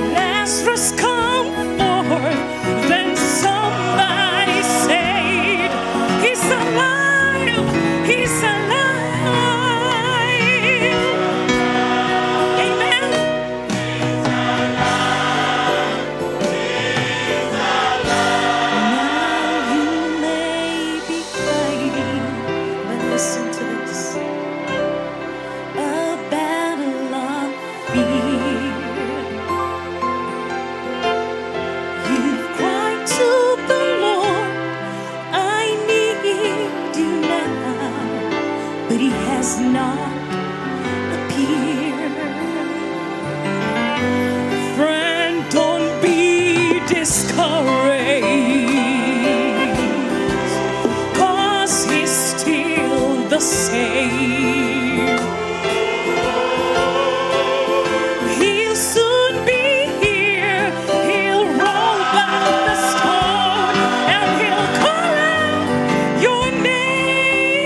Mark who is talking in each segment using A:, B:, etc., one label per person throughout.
A: Lazarus, come forth. Then somebody said, He's alive, he's alive. Amen. Now you may be fighting, but listen to this. A battle of fear. You've cried to the Lord, I need you now, but He has not appeared. Friend, don't be discouraged, cause He's still the same. He'll soon be here. He'll roll back the stone and he'll call out your name.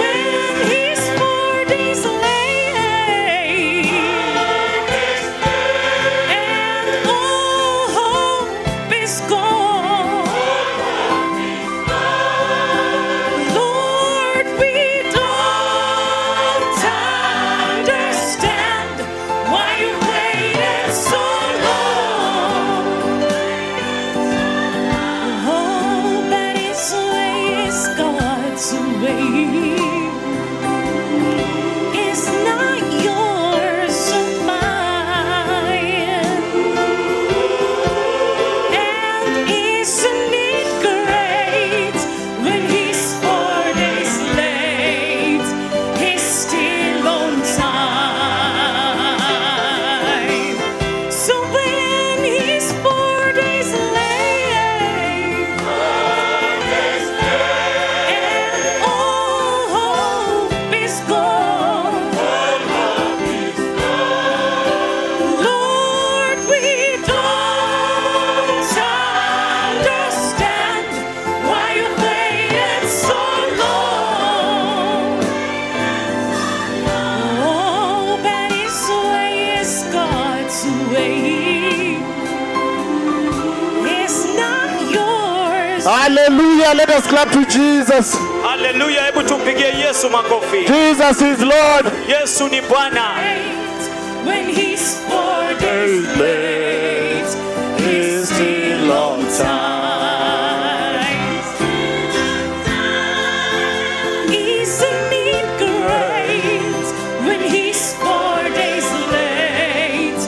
A: When he's four days late and all hope is gone, Lord, we don't understand why you waited so long. Oh, but His way is God's way. It's not yours or mine. And isn't it great when he's four days late? He's still on time. So when he's four days late, and all hope is gone, Lord, we don't understand why you waited so long. Oh, but His way is God's way. It's not yours.
B: Hallelujah. Let us clap to Jesus.
C: haleluya hebu tumpigie yesu makofi
B: Jesus is Lord.
C: yesu ni bwana
A: When he's four days late, he's still on time. Isn't it great? When he's four days late,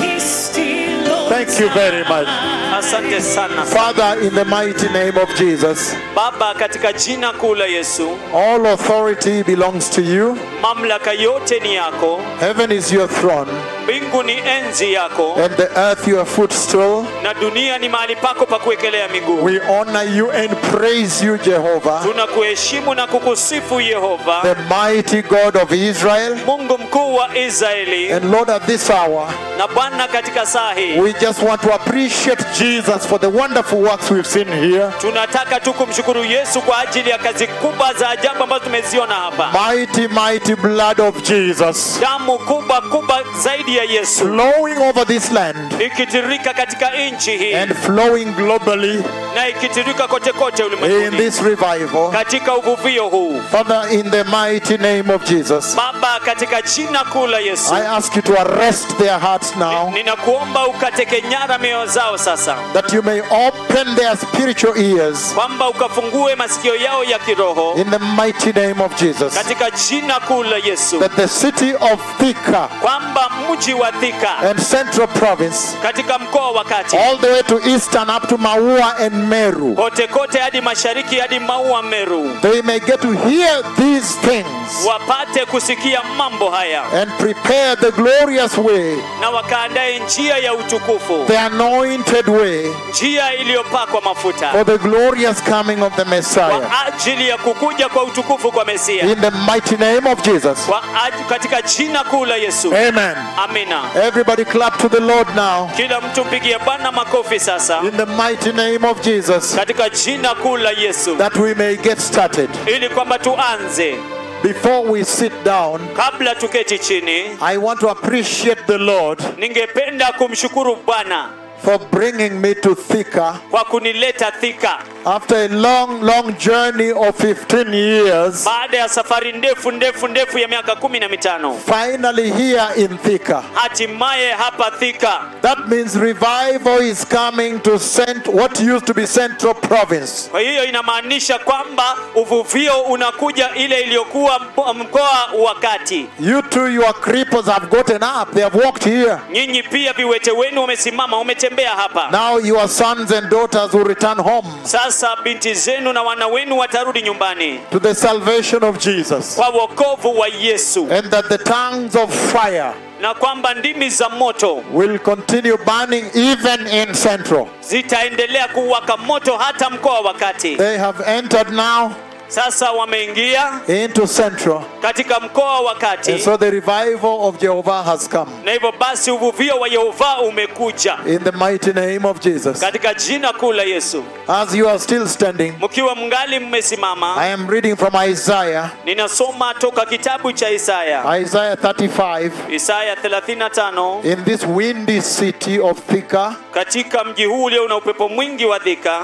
A: he's still on
B: Thank you very much.
C: asante sana
B: Father, in the mighty name of Jesus,
C: baba katika jina kuu la yesu
B: all authority belongs to you.
C: mamlaka yote ni yako
B: Heaven is your throne,
C: mbingu ni enzi yako
B: and the earth your footstool.
C: na dunia ni mahali pako pa kuwekelea miguu
B: We honor you and praise you, Jehovah,
C: tunakuheshimu na kukusifu yehova
B: the mighty God of Israel.
C: mungu mkuu wa israeli
B: And Lord, at this hour,
C: na bwana katika saa hii
B: we just want to appreciate Jesus for the wonderful works we've seen here.
C: tunataka tu kumshukuru yesu kwa ajili ya kazi kubwa za ajabu ambazo tumeziona hapa
B: Mighty, mighty blood of Jesus
C: damu kubwa kubwa zaidi ya yesu
B: flowing over this land
C: ikitirika katika nchi hii
B: and flowing globally
C: na ikitirika kote kote
B: in
C: ulimwenguni
B: this revival.
C: katika uvuvio huu
B: Father, in the mighty name of Jesus,
C: baba katika jina kuu la yesu
B: I ask you to arrest their hearts now
C: ninakuomba ukateke nyara mioyo zao sasa
B: that you may open their spiritual ears
C: kwamba ukafungue masikio yao ya kiroho
B: in the mighty name of Jesus.
C: katika jina kuu la yesu
B: That the city of Thika
C: kwamba mji wa thika
B: and Central Province,
C: katika mkoa wa kati
B: all the way to Eastern up to Maua and Meru,
C: kote kote hadi mashariki hadi maua meru
B: they may get to hear these things
C: wapate kusikia mambo haya
B: and prepare the glorious way,
C: na wakaandae njia ya utukufu
B: the anointed way
C: njia iliyopakwa mafuta
B: for the glorious coming of the Messiah.
C: kwa ajili ya kukuja kwa utukufu kwa Mesia
B: In the mighty name of Jesus.
C: kwa aj- katika jina kuu la Yesu.
B: Amen.
C: Amina.
B: Everybody clap to the Lord now.
C: Kila mtu mpigie Bwana makofi sasa
B: In the mighty name of Jesus.
C: katika jina kuu la Yesu
B: That we may get started.
C: ili kwamba tuanze.
B: Before we sit down,
C: Kabla tuketi chini,
B: I want to appreciate the Lord
C: ningependa kumshukuru Bwana
B: for bringing me to Thika
C: kwa kunileta Thika
B: after a long, long journey of 15 years.
C: baada ya safari ndefu ndefu ndefu ya miaka kumi na mitano
B: Finally, here in Thika.
C: hatimaye hapa Thika.
B: That means revival is coming to Cent- what used to be Central Province.
C: Kwa hiyo inamaanisha kwamba uvuvio unakuja ile iliyokuwa mpo- mkoa wa kati.
B: You two, your cripples, have gotten up. They have walked here.
C: Nyinyi pia viwete wenu wamesimama, wametembea hapa.
B: Now your sons and daughters will return home
C: Sasa binti zenu na wana wenu watarudi nyumbani
B: to the salvation of Jesus.
C: kwa wokovu wa Yesu,
B: And that the tongues of fire
C: na kwamba ndimi za moto
B: will continue burning even in Central.
C: zitaendelea kuwaka moto hata mkoa wa kati.
B: They have entered now
C: Sasa wameingia
B: into Central.
C: katika mkoa wa
B: And
C: kati,
B: so the revival of Jehovah has come.
C: na hivyo basi uvuvio wa Yehova umekuja
B: In the mighty name of Jesus.
C: katika jina kuu la Yesu.
B: As you are still standing,
C: Mkiwa mngali
B: I
C: mmesimama,
B: am reading from Isaiah,
C: ninasoma toka kitabu cha Isaya
B: Isaiah 35.
C: Isaya 35
B: In this windy city of Thika,
C: katika mji huu ulio na upepo mwingi wa dhika.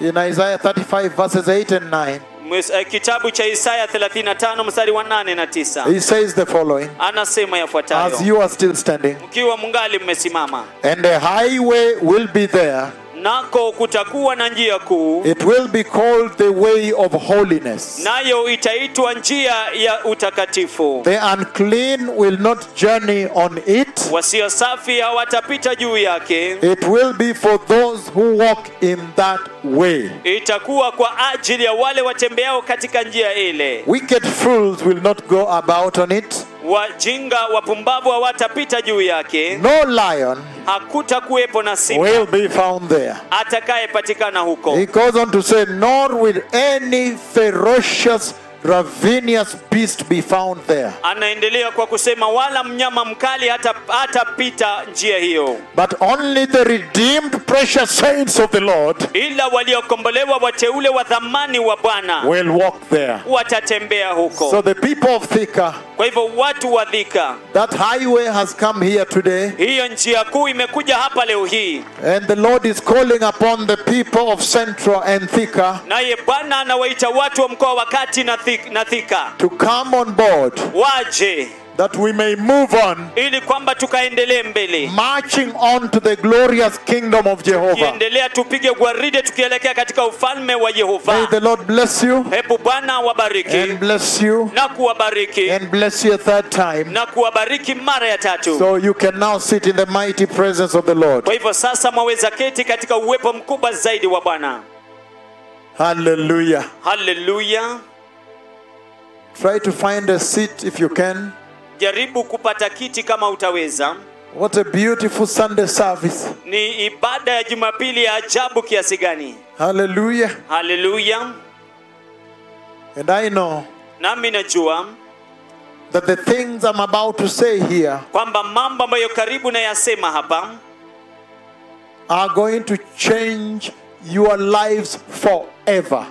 B: in Isaiah 35, verses 8 and 9,
C: Mwes- eh, Kitabu cha Isaya 35 mstari wa 8 na 9
B: he says the following
C: anasema
B: As
C: yafuatayo:
B: you are still standing,
C: mkiwa mngali mmesimama,
B: and a highway will be there,
C: nako kutakuwa na njia kuu,
B: it will be called the way of holiness.
C: nayo itaitwa njia ya utakatifu.
B: The unclean will not journey on it.
C: Wasio safi hawatapita juu yake,
B: It will be for those who walk in that way.
C: itakuwa kwa ajili ya wale watembeao katika njia ile.
B: Wicked fools will not go about on it.
C: Wajinga wapumbavu hawatapita juu yake,
B: No lion
C: hakutakuwepo na simba
B: will be found there.
C: atakayepatikana huko.
B: He goes on to say, Nor will any ferocious, ravenous beast be found there,
C: Anaendelea kwa kusema wala mnyama mkali hata hatapita njia hiyo,
B: but only the redeemed, precious saints of the Lord
C: ila waliokombolewa wateule wa dhamani wa Bwana
B: will walk there.
C: watatembea
B: So
C: huko.
B: the people of Thika,
C: Kwa hivyo watu wa dhika,
B: that highway has come here today,
C: hiyo njia kuu imekuja hapa leo hii,
B: and the Lord is calling upon the people of Central and Thika
C: naye Bwana anawaita watu wa mkoa wa kati na Thi- na Thika
B: to come on board
C: waje
B: that we may move on,
C: ili kwamba tukaendelee mbele
B: marching on to the glorious kingdom of Jehovah.
C: kiendelea tupige gwaride tukielekea katika ufalme wa
B: May
C: Yehova.
B: the Lord bless you
C: Hebu Bwana awabariki
B: and bless you
C: na kuwabariki
B: and bless you a third time.
C: na kuwabariki mara ya tatu.
B: So you can now sit in the mighty presence of the Lord.
C: Kwa hivyo sasa mwaweza keti katika uwepo mkubwa zaidi wa Bwana.
B: Hallelujah.
C: Haleluya!
B: Try to find a seat if you can.
C: Jaribu kupata kiti kama utaweza.
B: What a beautiful Sunday service.
C: Ni ibada ya Jumapili ya ajabu kiasi gani!
B: Hallelujah.
C: Haleluya!
B: And I know
C: Nami najua
B: that the things I'm about to say here
C: kwamba mambo ambayo karibu nayasema hapa
B: are going to change your lives forever.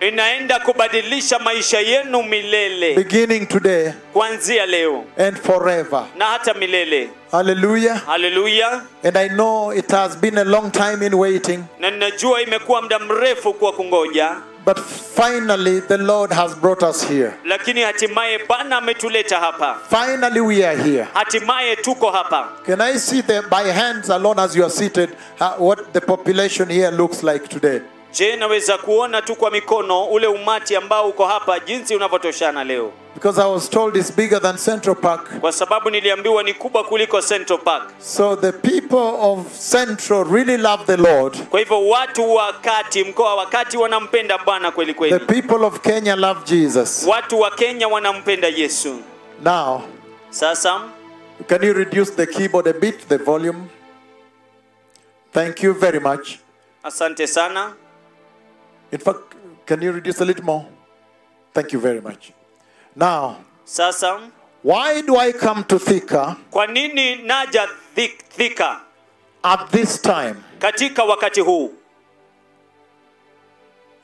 C: inaenda kubadilisha maisha yenu milele,
B: Beginning today
C: kuanzia leo
B: and forever.
C: na hata milele.
B: Hallelujah.
C: Haleluya!
B: And I know it has been a long time in waiting,
C: Na ninajua imekuwa muda mrefu kwa kungoja,
B: but finally the Lord has brought us here.
C: lakini hatimaye Bwana ametuleta hapa,
B: Finally we are here.
C: hatimaye tuko hapa.
B: Can I see the, by hands alone as you are seated uh, what the population here looks like today?
C: Je, naweza kuona tu kwa mikono ule umati ambao uko hapa jinsi unavyotoshana leo,
B: Because I was told it's bigger than Central Park.
C: kwa sababu niliambiwa ni kubwa kuliko Central Park.
B: So the people of Central really love the Lord.
C: Kwa hivyo watu wa kati, mkoa wa kati wanampenda Bwana kweli
B: The
C: kweli,
B: people of Kenya love Jesus.
C: watu wa Kenya wanampenda Yesu.
B: Now,
C: Sasa
B: can you reduce the keyboard a bit, the volume? Thank you very much.
C: asante sana.
B: In fact, can you reduce a little more? Thank you very much. Now,
C: Sasa
B: why do I come to Thika
C: kwa nini naja Thi- Thika
B: at this time?
C: katika wakati huu?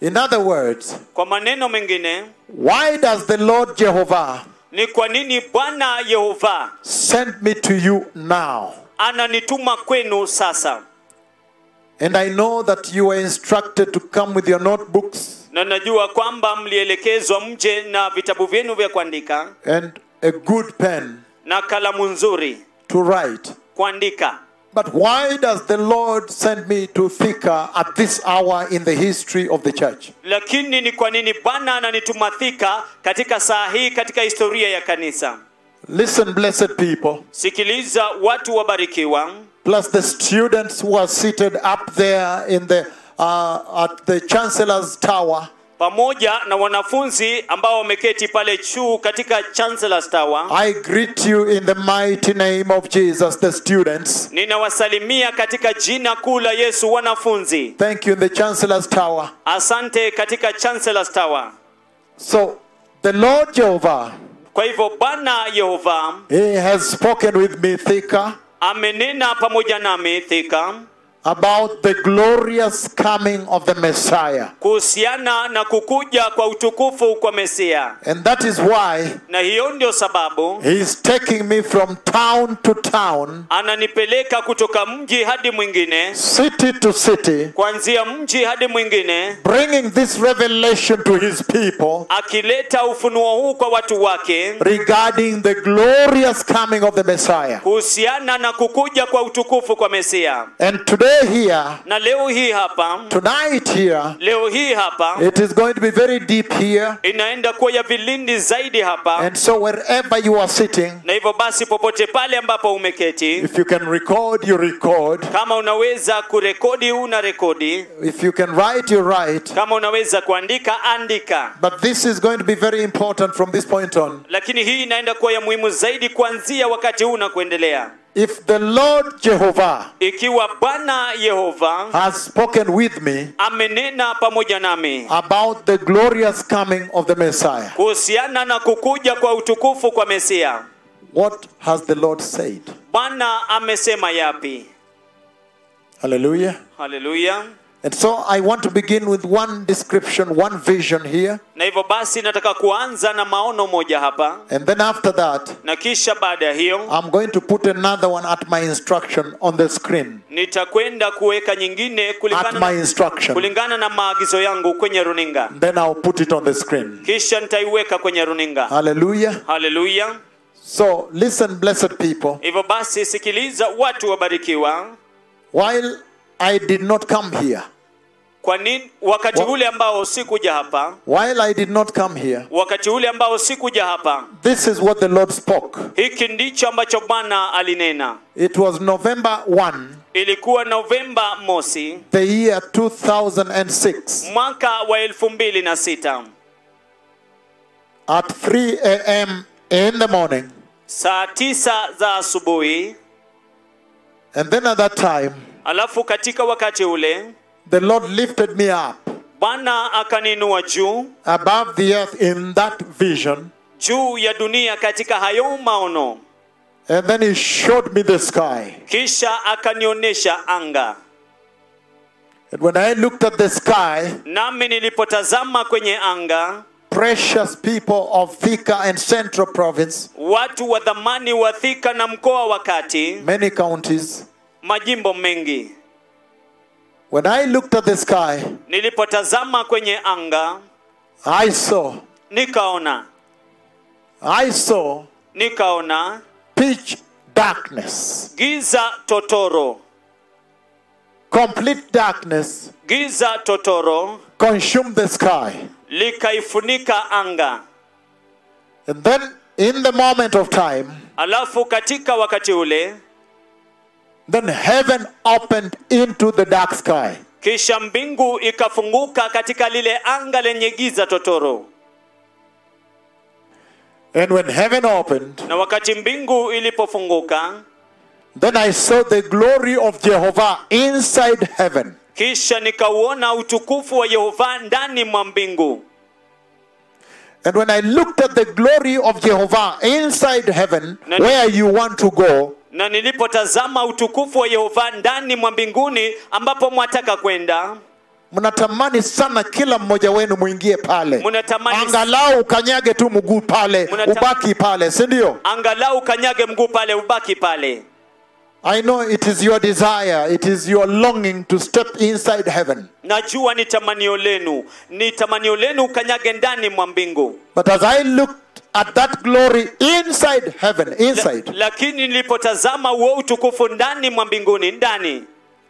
B: In other words,
C: kwa maneno mengine
B: why does the Lord Jehovah
C: ni kwa nini bwana yehova
B: send me to you now?
C: ananituma kwenu sasa
B: And I know that you were instructed to come with your notebooks
C: na najua kwamba mlielekezwa mje na vitabu vyenu vya kuandika
B: and a good pen
C: na kalamu nzuri
B: to write.
C: kuandika
B: But why does the Lord send me to Thika at this hour in the history of the church?
C: lakini ni kwa nini bwana ananituma thika katika saa hii katika historia ya kanisa
B: Listen, blessed people,
C: sikiliza watu wabarikiwa
B: plus the students who are seated up there in the uh, at the chancellor's tower.
C: pamoja na wanafunzi ambao wameketi pale juu katika chancellor's tower
B: I greet you in the mighty name of Jesus, the students.
C: ninawasalimia katika jina kuu la yesu wanafunzi
B: Thank you in the chancellor's tower.
C: asante katika chancellor's tower
B: So the Lord Jehovah,
C: kwa hivyo bwana yehova
B: He has spoken with me, Thika,
C: amenena pamoja nami thika
B: about the glorious coming of the Messiah,
C: kuhusiana na kukuja kwa utukufu kwa mesia
B: and that is why
C: na hiyo ndio sababu
B: He's taking me from town to town,
C: ananipeleka kutoka mji hadi mwingine
B: city to city,
C: kuanzia mji hadi mwingine
B: bringing this revelation to His people
C: akileta ufunuo huu kwa watu wake
B: regarding the glorious coming of the Messiah.
C: kuhusiana na kukuja kwa utukufu kwa mesia
B: And today, here,
C: na leo hii hapa
B: tonight, here,
C: leo hii hapa
B: it is going to be very deep here.
C: inaenda kuwa ya vilindi zaidi hapa
B: And so, wherever you are sitting,
C: na hivyo basi popote pale ambapo umeketi
B: if you can record, you record.
C: kama unaweza kurekodi una rekodi
B: If you can write, you write.
C: kama unaweza kuandika andika
B: But this is going to be very important from this point on.
C: lakini hii inaenda kuwa ya muhimu zaidi kuanzia wakati huu na kuendelea
B: If the Lord Jehovah
C: ikiwa bwana yehova
B: has spoken with me
C: amenena pamoja nami
B: about the glorious coming of the Messiah,
C: kuhusiana na kukuja kwa utukufu kwa mesia
B: what has the Lord said?
C: bwana amesema yapi
B: Hallelujah.
C: haleluya
B: And so I want to begin with one description, one vision here.
C: na hivyo basi nataka kuanza na maono moja hapa
B: And then after that,
C: na kisha baada ya hiyo
B: I'm going to put another one at my instruction on the screen.
C: nitakwenda kuweka nyingine
B: At
C: kulingana
B: my
C: na,
B: instruction.
C: kulingana na maagizo yangu kwenye runinga
B: Then I'll put it on the screen.
C: kisha nitaiweka kwenye runinga
B: Hallelujah.
C: haleluya
B: So listen, blessed people.
C: hivyo basi sikiliza watu wabarikiwa
B: While I did not come here,
C: kwa nini wakati
B: Wa-
C: ule ambao sikuja hapa
B: While I did not come here,
C: wakati ule ambao sikuja hapa
B: this is what the Lord spoke.
C: hiki ndicho ambacho bwana alinena
B: It was November 1,
C: ilikuwa novemba mosi
B: the year 2006,
C: mwaka wa elfu mbili na sita
B: at 3 a.m. in the morning.
C: saa tisa za asubuhi
B: And then at that time,
C: alafu katika wakati ule
B: the Lord lifted me up
C: bwana akaninua juu
B: above the earth in that vision.
C: juu ya dunia katika hayo maono
B: And then He showed me the sky.
C: kisha akanionyesha anga
B: And when I looked at the sky,
C: nami nilipotazama kwenye anga
B: precious people of Thika and Central Province,
C: watu wa dhamani wa thika na mkoa wa kati
B: many counties,
C: majimbo mengi
B: when I looked at the sky,
C: nilipotazama kwenye anga
B: I saw,
C: nikaona
B: I saw
C: nikaona
B: pitch darkness,
C: giza totoro
B: complete darkness
C: giza totoro
B: consumed the sky.
C: likaifunika anga
B: And then, in the moment of time,
C: alafu katika wakati ule
B: then heaven opened into the dark sky.
C: kisha mbingu ikafunguka katika lile anga lenye giza totoro
B: And when heaven opened,
C: na wakati mbingu ilipofunguka
B: then I saw the glory of Jehovah inside heaven.
C: kisha nikauona utukufu wa yehova ndani mwa mbingu
B: And when I looked at the glory of Jehovah inside heaven, where you want to go,
C: na nilipotazama utukufu wa yehova ndani mwa mbinguni ambapo mwataka kwenda
B: mnatamani sana kila mmoja wenu mwingie pale
C: Mnatamani-
B: angalau ukanyage tu mguu pale
C: Mnatam-
B: ubaki pale si ndio
C: angalau kanyage mguu pale ubaki pale
B: i know it is your desire it is your longing to step inside heaven
C: najua ni tamanio lenu ni tamanio lenu ukanyage ndani mwa mbingu
B: but as i looked at that glory inside heaven
C: La,
B: inside
C: lakini nilipotazama huo utukufu ndani mwa mbinguni ndani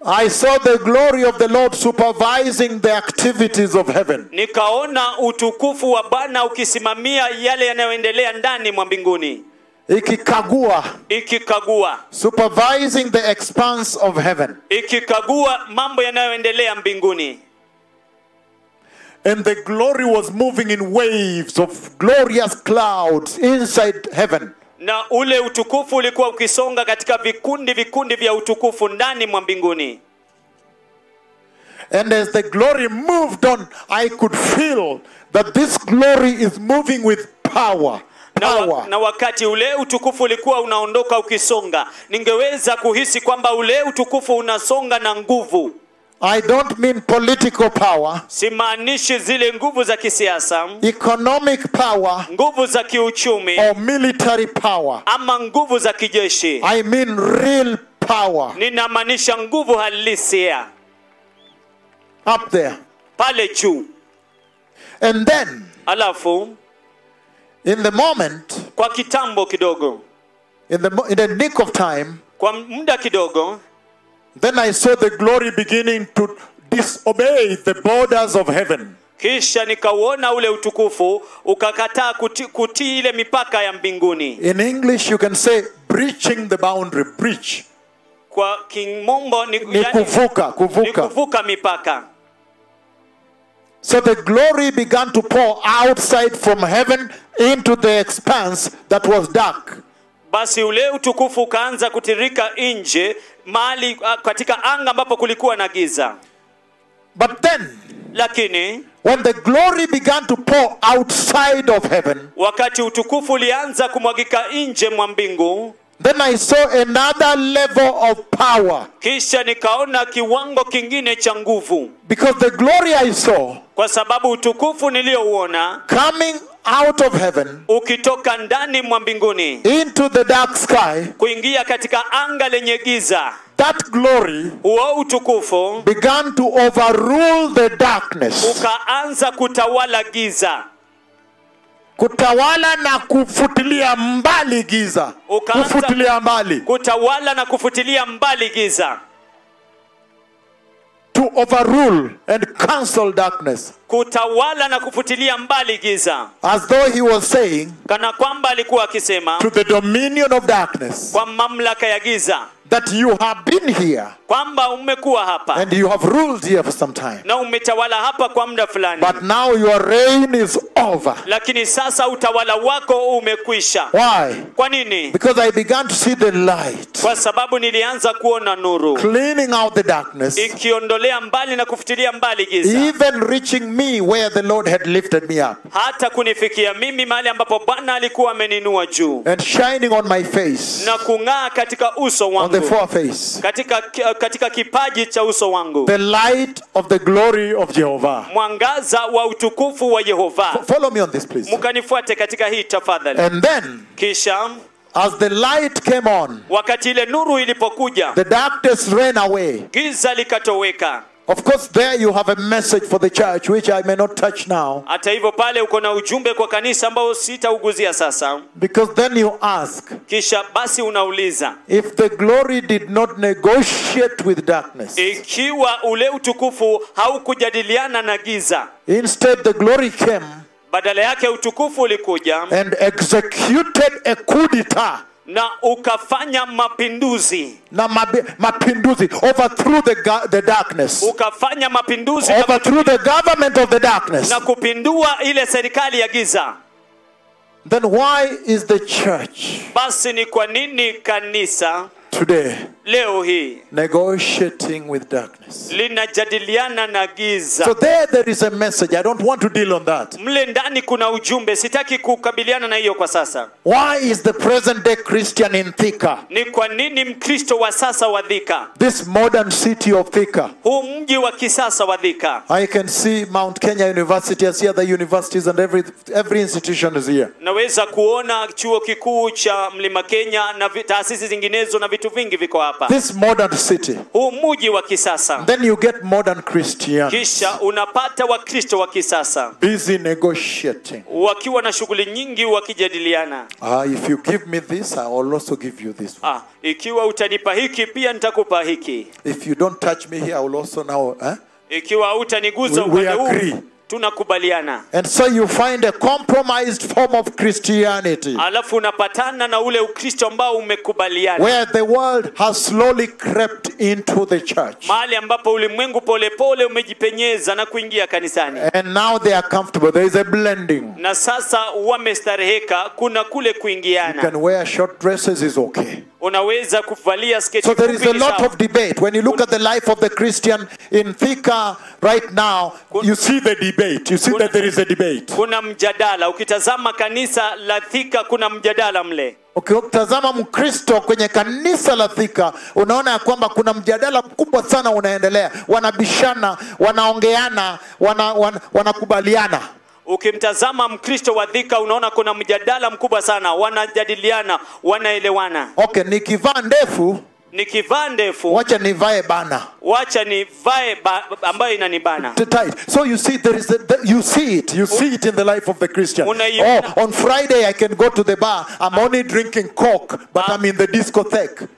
B: i saw the glory of the lord supervising the activities of heaven
C: nikaona utukufu wa bwana ukisimamia yale yanayoendelea ndani mwa mbinguni
B: ikikagua
C: ikikagua
B: supervising the expanse of heaven
C: ikikagua mambo yanayoendelea mbinguni
B: And the glory was moving in waves of glorious clouds inside heaven.
C: na ule utukufu ulikuwa ukisonga katika vikundi vikundi vya utukufu ndani mwa mbinguni
B: And as the glory moved on, I could feel that this glory is moving with power.
C: na, wa,
B: Power.
C: na wakati ule utukufu ulikuwa unaondoka ukisonga ningeweza kuhisi kwamba ule utukufu unasonga na nguvu
B: I don't mean political power,
C: simaanishi zile nguvu za kisiasa
B: economic power,
C: nguvu za kiuchumi
B: or military power.
C: ama nguvu za kijeshi
B: I mean real power
C: ninamaanisha nguvu halisia
B: up there.
C: pale juu
B: And then,
C: alafu
B: in the moment,
C: kwa kitambo kidogo
B: in the, mo- in the nick of time,
C: kwa muda kidogo
B: Then I saw the glory beginning to disobey the borders of heaven.
C: kisha nikauona ule utukufu ukakataa kutii kuti ile mipaka ya mbinguni
B: In English, you can say breaching the boundary. Breach.
C: kwa kimombo ni,
B: Ni
C: yani,
B: kuvuka,
C: ni
B: kuvuka.
C: kuvuka mipaka
B: So the glory began to pour outside from heaven into the expanse that was dark.
C: basi ule utukufu ukaanza kutirika nje mahali a, katika anga ambapo kulikuwa na giza
B: But then,
C: lakini
B: when the glory began to pour outside of heaven,
C: wakati utukufu ulianza kumwagika nje mwa mbingu
B: then I saw another level of power.
C: kisha nikaona kiwango kingine cha nguvu
B: Because the glory I saw
C: kwa sababu utukufu niliyouona
B: coming out of heaven
C: ukitoka ndani mwa mbinguni
B: into the dark sky,
C: kuingia katika anga lenye giza
B: that glory
C: huo utukufu
B: began to overrule the darkness
C: ukaanza kutawala giza
B: kutawala na kufutilia mbali giza
C: Ukaanza-
B: kufutilia mbali
C: kutawala na kufutilia mbali giza
B: to overrule and cancel darkness
C: kutawala na kufutilia mbali giza
B: as though he was saying
C: kana kwamba alikuwa
B: to
C: akisema
B: the dominion of darkness
C: kwa mamlaka ya giza
B: that you have been here
C: kwamba umekuwa hapa
B: and you have ruled here for some time
C: na umetawala hapa kwa muda fulani
B: but now your reign is over
C: lakini sasa utawala wako umekwisha
B: why
C: kwa nini
B: because i began to see the light
C: kwa sababu nilianza kuona nuru
B: cleaning out the darkness
C: ikiondolea mbali na kufutilia mbali giza
B: even reaching me where the lord had lifted me up
C: hata kunifikia mimi mahali ambapo bwana alikuwa ameninua juu
B: and shining on my face
C: na kung'aa katika uso
B: on the
C: wangu
B: foreface
C: katika, katika kipaji cha uso wangu
B: the light of the glory of jehovah
C: mwangaza wa utukufu wa
B: F-
C: yehova
B: follow me on this please
C: mkanifuate katika hii tafadhali
B: and then
C: kisha
B: as the light came on
C: wakati ile nuru ilipokuja
B: the darkness ran away
C: giza likatoweka
B: of course there you have a message for the church which i may not touch now
C: hata hivyo pale uko na ujumbe kwa kanisa ambao sitauguzia sasa
B: because then you ask
C: kisha basi unauliza
B: if the glory did not negotiate with darkness
C: Eh. ikiwa ule utukufu haukujadiliana na giza
B: instead the glory came
C: badala yake utukufu ulikuja
B: and executed a coup d'etat
C: na ukafanya mapinduzi
B: na mabi- mapinduzi overthrew the, ga- the darkness
C: Oh, ukafanya mapinduzi na-
B: overthrew the government of the darkness
C: na kupindua ile serikali ya giza
B: then why is the church
C: basi ni kwa nini kanisa
B: today
C: leo hii
B: negotiating with darkness.
C: linajadiliana na giza
B: So there there is a message. I don't want to deal on that.
C: mle ndani kuna ujumbe sitaki kukabiliana na hiyo kwa sasa
B: Why is the present day Christian in Thika?
C: ni kwa nini mkristo wa sasa wa dhika
B: This modern city of Thika.
C: huu mji wa kisasa wa dhika
B: I can see Mount Kenya University. I see other universities and every every institution is here.
C: naweza kuona chuo kikuu cha mlima kenya na vi- taasisi zinginezo na vitu vingi viko hapa
B: This modern city.
C: huu mji wa kisasa
B: Then you get modern Christians
C: kisha unapata wakristo wa kisasa
B: busy negotiating.
C: wakiwa na shughuli nyingi wakijadiliana
B: Ah, if you give me this, I will also give you this.
C: ah, ikiwa utanipa hiki pia nitakupa hiki
B: If you don't touch me here, I will also now. Eh?
C: ikiwa hautaniguza
B: We- we
C: upande
B: agree.
C: huu tunakubaliana
B: And so you find a compromised form of Christianity
C: alafu unapatana na ule ukristo ambao umekubaliana
B: where the world has slowly crept into the church.
C: mahali ambapo ulimwengu polepole umejipenyeza na kuingia kanisani
B: And now they are comfortable. There is a blending.
C: na sasa wamestareheka kuna kule
B: You
C: kuingiana
B: can wear short dresses, is okay.
C: unaweza kuvalia sketi
B: So there is
C: fupi
B: a
C: ni
B: lot
C: sawa.
B: of debate. When you look at the life of the Christian in Thika right now, you see the debate. You see that there is a debate.
C: kuna mjadala ukitazama kanisa la thika kuna mjadala mle
B: Ukitazama Mkristo kwenye kanisa la Thika, unaona ya kwamba kuna mjadala mkubwa sana unaendelea. Wanabishana, wanaongeana, wana, wana, wanakubaliana.
C: ukimtazama mkristo wa dhika unaona kuna mjadala mkubwa sana wanajadiliana wanaelewana
B: Okay, nikivaa ndefu,
C: nikivaa ndefu
B: wacha nivae bana.
C: wacha nivae ba- ambayo inanibana
B: T- tight. So you see, there is a, the, you see it, you see it in the life of the Christian.
C: Unaiona.
B: Oh, on Friday I can go to the bar. I'm only drinking coke, but I'm in the discotheque.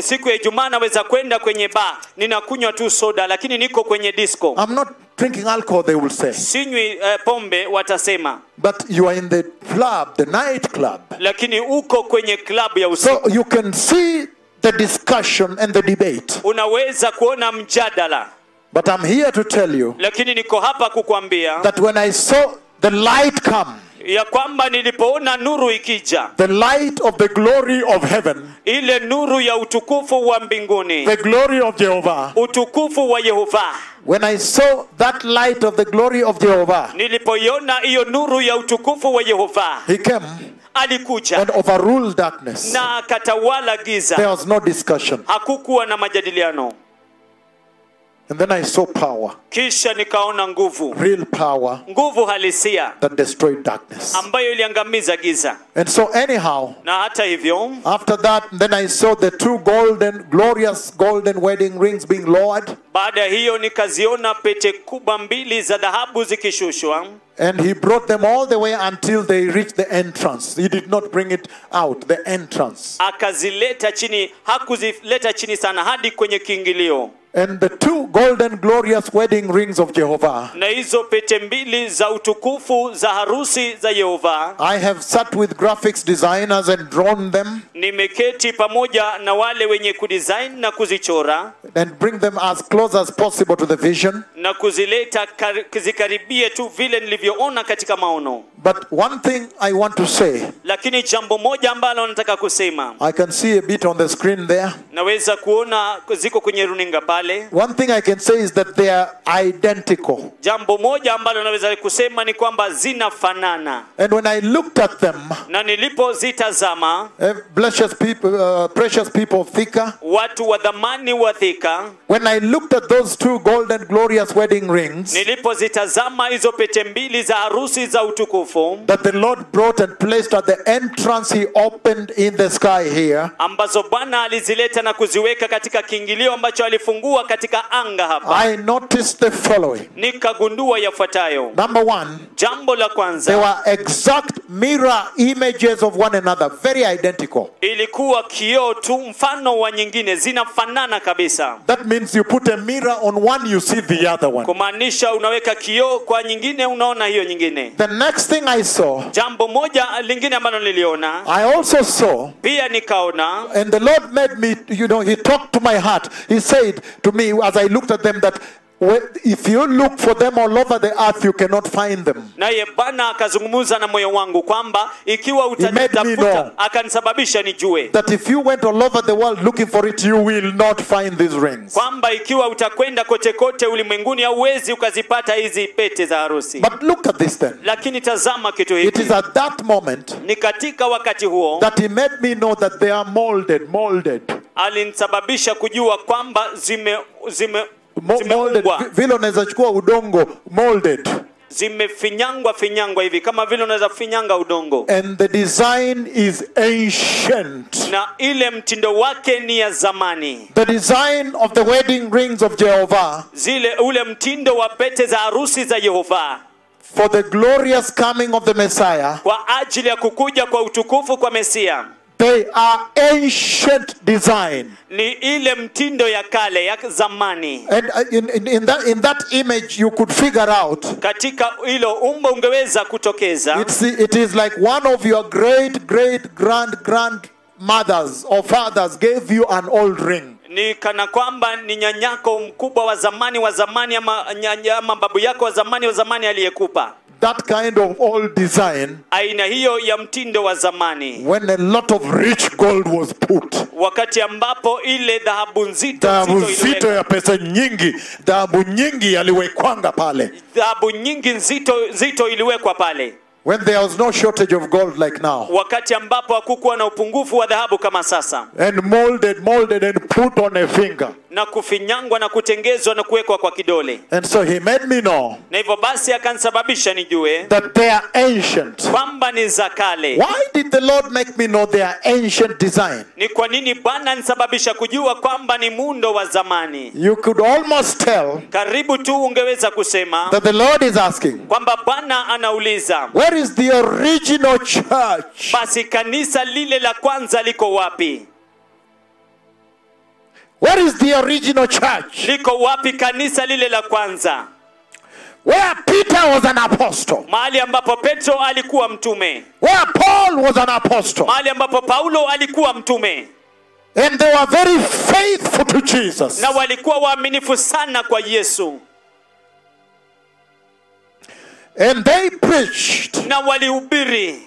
C: siku ya ijumaa naweza kwenda kwenye baa ninakunywa tu soda lakini niko kwenye disco
B: I'm not drinking alcohol, they will say.
C: sinywi eh, pombe watasema
B: But you are in the club, the nightclub.
C: lakini uko kwenye klabu ya usiku
B: So you can see the discussion and the debate.
C: unaweza kuona mjadala
B: But I'm here to tell you
C: lakini niko hapa kukwambia
B: that when I saw the light come,
C: ya kwamba nilipoona nuru ikija
B: the light of the glory of heaven,
C: ile nuru ya utukufu wa mbinguni
B: the glory of Jehovah,
C: utukufu wa yehova
B: when I saw that light of the glory of Jehovah,
C: nilipoiona hiyo nuru ya utukufu wa yehova
B: he came
C: alikuja
B: and overruled darkness.
C: na akatawala giza
B: There was no discussion.
C: hakukuwa na majadiliano
B: And then I saw power,
C: kisha nikaona nguvu
B: real power
C: nguvu halisia
B: that destroyed darkness.
C: ambayo iliangamiza giza
B: And so, anyhow,
C: na hata hivyo
B: after that, then I saw the two golden, glorious golden wedding rings being lowered.
C: baada ya hiyo nikaziona pete kubwa mbili za dhahabu zikishushwa
B: And he brought them all the way until they reached the entrance. He did not bring it out, the entrance.
C: akazileta chini hakuzileta chini sana hadi kwenye kiingilio
B: And the two golden, glorious wedding rings of Jehovah.
C: na hizo pete mbili za utukufu za harusi za yehova
B: I have sat with graphics designers and drawn them
C: nimeketi pamoja na wale wenye kudesign na kuzichora
B: and bring them as close as possible to the vision.
C: na kuzileta kar- zikaribie tu vile nilivyoona katika maono
B: But one thing I want to say,
C: lakini jambo moja ambalo nataka kusema
B: I can see a bit on the screen there.
C: naweza kuona ziko kwenye runinga pale
B: One thing I can say is that they are identical.
C: jambo moja ambalo naweza kusema ni kwamba zinafanana
B: And when I looked at them,
C: na nilipozitazama
B: eh, precious people, uh, precious people of Thika,
C: watu wa dhamani wa thika
B: When I looked at those two golden glorious wedding rings
C: nilipozitazama hizo pete mbili za harusi za utukufu
B: that the Lord brought and placed at the entrance he opened in the sky here,
C: ambazo bwana alizileta na kuziweka katika kiingilio ambacho alifungua katika anga hapa
B: I noticed the following.
C: nikagundua yafuatayo
B: Number one,
C: jambo la
B: they
C: kwanza
B: were exact mirror images of one another, very identical.
C: ilikuwa kioo tu mfano wa nyingine zinafanana kabisa
B: That means you put a mirror on one, you see the other one.
C: kumaanisha unaweka kioo kwa nyingine unaona hiyo nyingine
B: The next thing I saw,
C: jambo moja lingine ambalo niliona
B: I also saw,
C: pia nikaona
B: and the Lord made me, you know, he talked to my heart. He said to me as I looked at them that Well, if you look for them all over the earth, you cannot find them.
C: naye bwana akazungumza na moyo wangu kwamba ikiwa
B: made me know.
C: utanitafuta akanisababisha nijue
B: That if you went all over the world looking for it, you will not find these rings.
C: kwamba ikiwa utakwenda kote kote ulimwenguni hauwezi ukazipata hizi pete za harusi
B: But look at this then.
C: lakini tazama kitu
B: It
C: hiki
B: is at that moment
C: ni katika wakati huo
B: that he made me know that they are molded, molded,
C: alinisababisha kujua kwamba zime zime
B: mo- molded.
C: zimeungwa
B: Vi- Vile unaweza chukua udongo molded,
C: zimefinyangwa finyangwa hivi kama vile unaweza finyanga udongo
B: and the design is ancient.
C: na ile mtindo wake ni ya zamani
B: The design of the wedding rings of Jehovah
C: zile ule mtindo wa pete za harusi za yehova
B: for the glorious coming of the Messiah.
C: kwa ajili ya kukuja kwa utukufu kwa mesia
B: They are ancient design.
C: ni ile mtindo ya kale ya zamani
B: And uh, in, in, in, that, in that image, you could figure out
C: katika hilo umbo ungeweza kutokeza
B: it's, it is like one of your great, great, grand, grand mothers or fathers gave you an old ring.
C: ni kana kwamba ni nyanyako mkubwa wa zamani wa zamani ama, nyanya, ama babu yako wa zamani wa zamani aliyekupa
B: That kind of old design,
C: aina hiyo ya mtindo wa zamani
B: when a lot of rich gold was put.
C: wakati ambapo ile dhahabu nzito
B: dhahabu
C: nzito
B: zito
C: iliwekwa.
B: ya pesa nyingi dhahabu nyingi yaliwekwanga pale
C: dhahabu nyingi nzito nzito iliwekwa pale
B: when there was no shortage of gold like now
C: wakati ambapo hakukuwa na upungufu wa dhahabu kama sasa
B: and molded molded and put on a finger
C: na kufinyangwa na kutengezwa na kuwekwa kwa kidole
B: and so he made me know
C: na hivyo basi akanisababisha nijue
B: that they are ancient.
C: kwamba ni za kale
B: Why did the Lord make me know they are ancient design?
C: ni kwa nini bwana anisababisha kujua kwamba ni muundo wa zamani
B: You could almost tell
C: karibu tu ungeweza kusema
B: that the Lord is asking,
C: kwamba bwana anauliza
B: Where is the original church?
C: basi kanisa lile la kwanza liko wapi
B: Where is the original church?
C: liko wapi kanisa lile la kwanza
B: Where Peter was an apostle,
C: mahali ambapo petro alikuwa mtume
B: where Paul was an apostle,
C: mahali ambapo paulo alikuwa mtume
B: and they were very faithful to Jesus.
C: na walikuwa waaminifu sana kwa yesu
B: And they preached
C: na walihubiri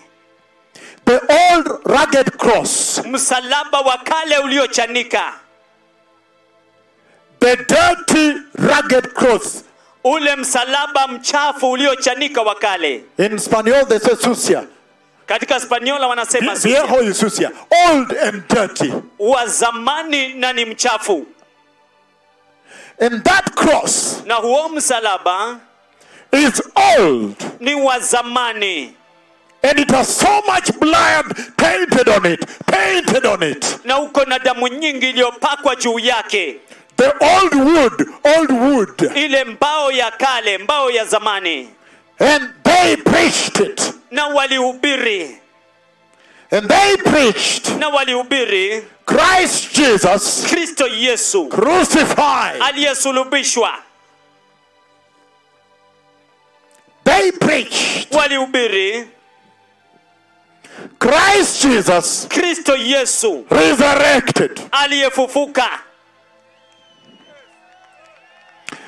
B: the old rugged cross,
C: msalaba wa kale uliochanika
B: the dirty rugged cross.
C: ule msalaba mchafu uliochanika wa kale
B: In Spanish, they say sucia.
C: katika spaniola wanasema
B: Viejo y sucia. Old and dirty.
C: wa zamani na ni mchafu
B: And that cross
C: na huo msalaba
B: is old
C: ni wa zamani
B: and it has so much blood painted on it, painted on it.
C: na uko na damu nyingi iliyopakwa juu yake
B: The old wood, old wood.
C: ile mbao ya kale mbao ya zamani
B: And they preached it.
C: na walihubiri
B: And they preached
C: na walihubiri
B: Christ Jesus
C: kristo yesu
B: crucified.
C: aliyesulubishwa
B: They preached
C: walihubiri
B: Christ Jesus
C: kristo yesu
B: resurrected.
C: aliyefufuka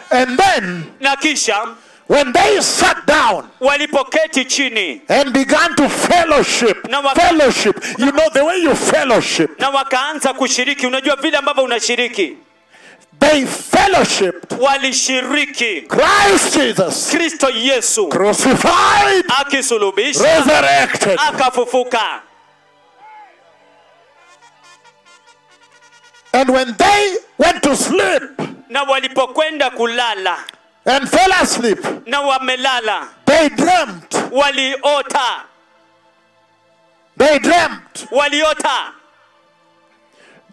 B: And then
C: na kisha
B: when they sat down
C: walipoketi chini
B: and began to fellowship,
C: Na waka-
B: fellowship, you know, the way you fellowship,
C: na wakaanza kushiriki unajua vile ambavyo unashiriki
B: they fellowshiped
C: walishiriki
B: Christ Jesus
C: kristo yesu
B: crucified,
C: akisulubisha
B: resurrected.
C: akafufuka
B: And when they went to sleep
C: na walipokwenda kulala
B: and fell asleep,
C: na wamelala
B: they dreamt.
C: waliota
B: They dreamt.
C: waliota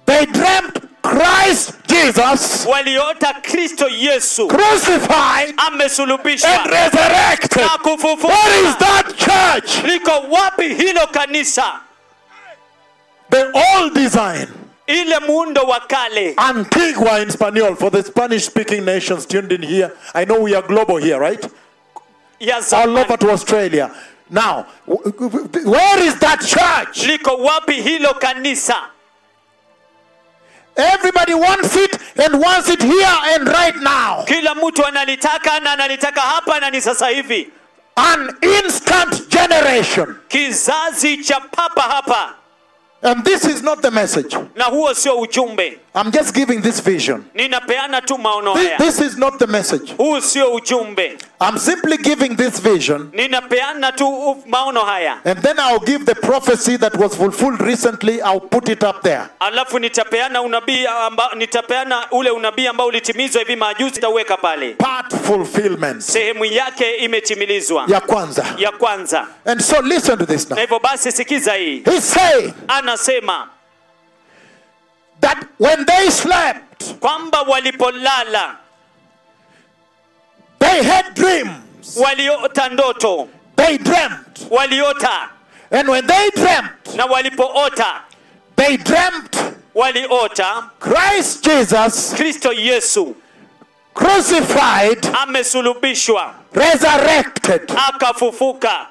B: They dreamt Christ Jesus
C: waliota kristo yesu
B: crucified and
C: amesulubishwa
B: resurrected.
C: na
B: What is
C: kufufuka
B: that church?
C: liko wapi hilo kanisa
B: The old design.
C: ile muundo wa kale
B: Antigua in Spanish for the Spanish speaking nations tuned in here. I know we are global here, right?
C: ya
B: All
C: zamani
B: over to Australia. Now, w- w- w- where is that church?
C: liko wapi hilo kanisa
B: Everybody Everybody wants it and wants it here and right now.
C: kila mtu analitaka na analitaka hapa na ni sasa hivi
B: An instant generation.
C: kizazi cha papa hapa
B: And this is not the message.
C: na huo sio ujumbe
B: I'm just giving this vision.
C: ninapeana tu maono
B: This,
C: haya
B: this is not the message.
C: huu sio ujumbe
B: I'm simply giving this vision.
C: ninapeana tu u- maono haya
B: And then I'll give the prophecy that was fulfilled recently. I'll put it up there.
C: alafu nitapeana unabii amba, nitapeana ule unabii ambao ulitimizwa hivi majuzi nitauweka pale
B: Part fulfillment.
C: sehemu yake imetimilizwa
B: Ya kwanza.
C: ya kwanza
B: And so listen to this
C: na
B: now.
C: hivyo basi sikiza hii
B: He's saying
C: anasema
B: that when they slept,
C: kwamba walipolala
B: they had dreams.
C: waliota ndoto
B: They dreamt.
C: waliota
B: And when they dreamt,
C: na walipoota
B: they dreamt
C: waliota
B: Christ Jesus
C: kristo yesu
B: crucified,
C: amesulubishwa
B: resurrected.
C: akafufuka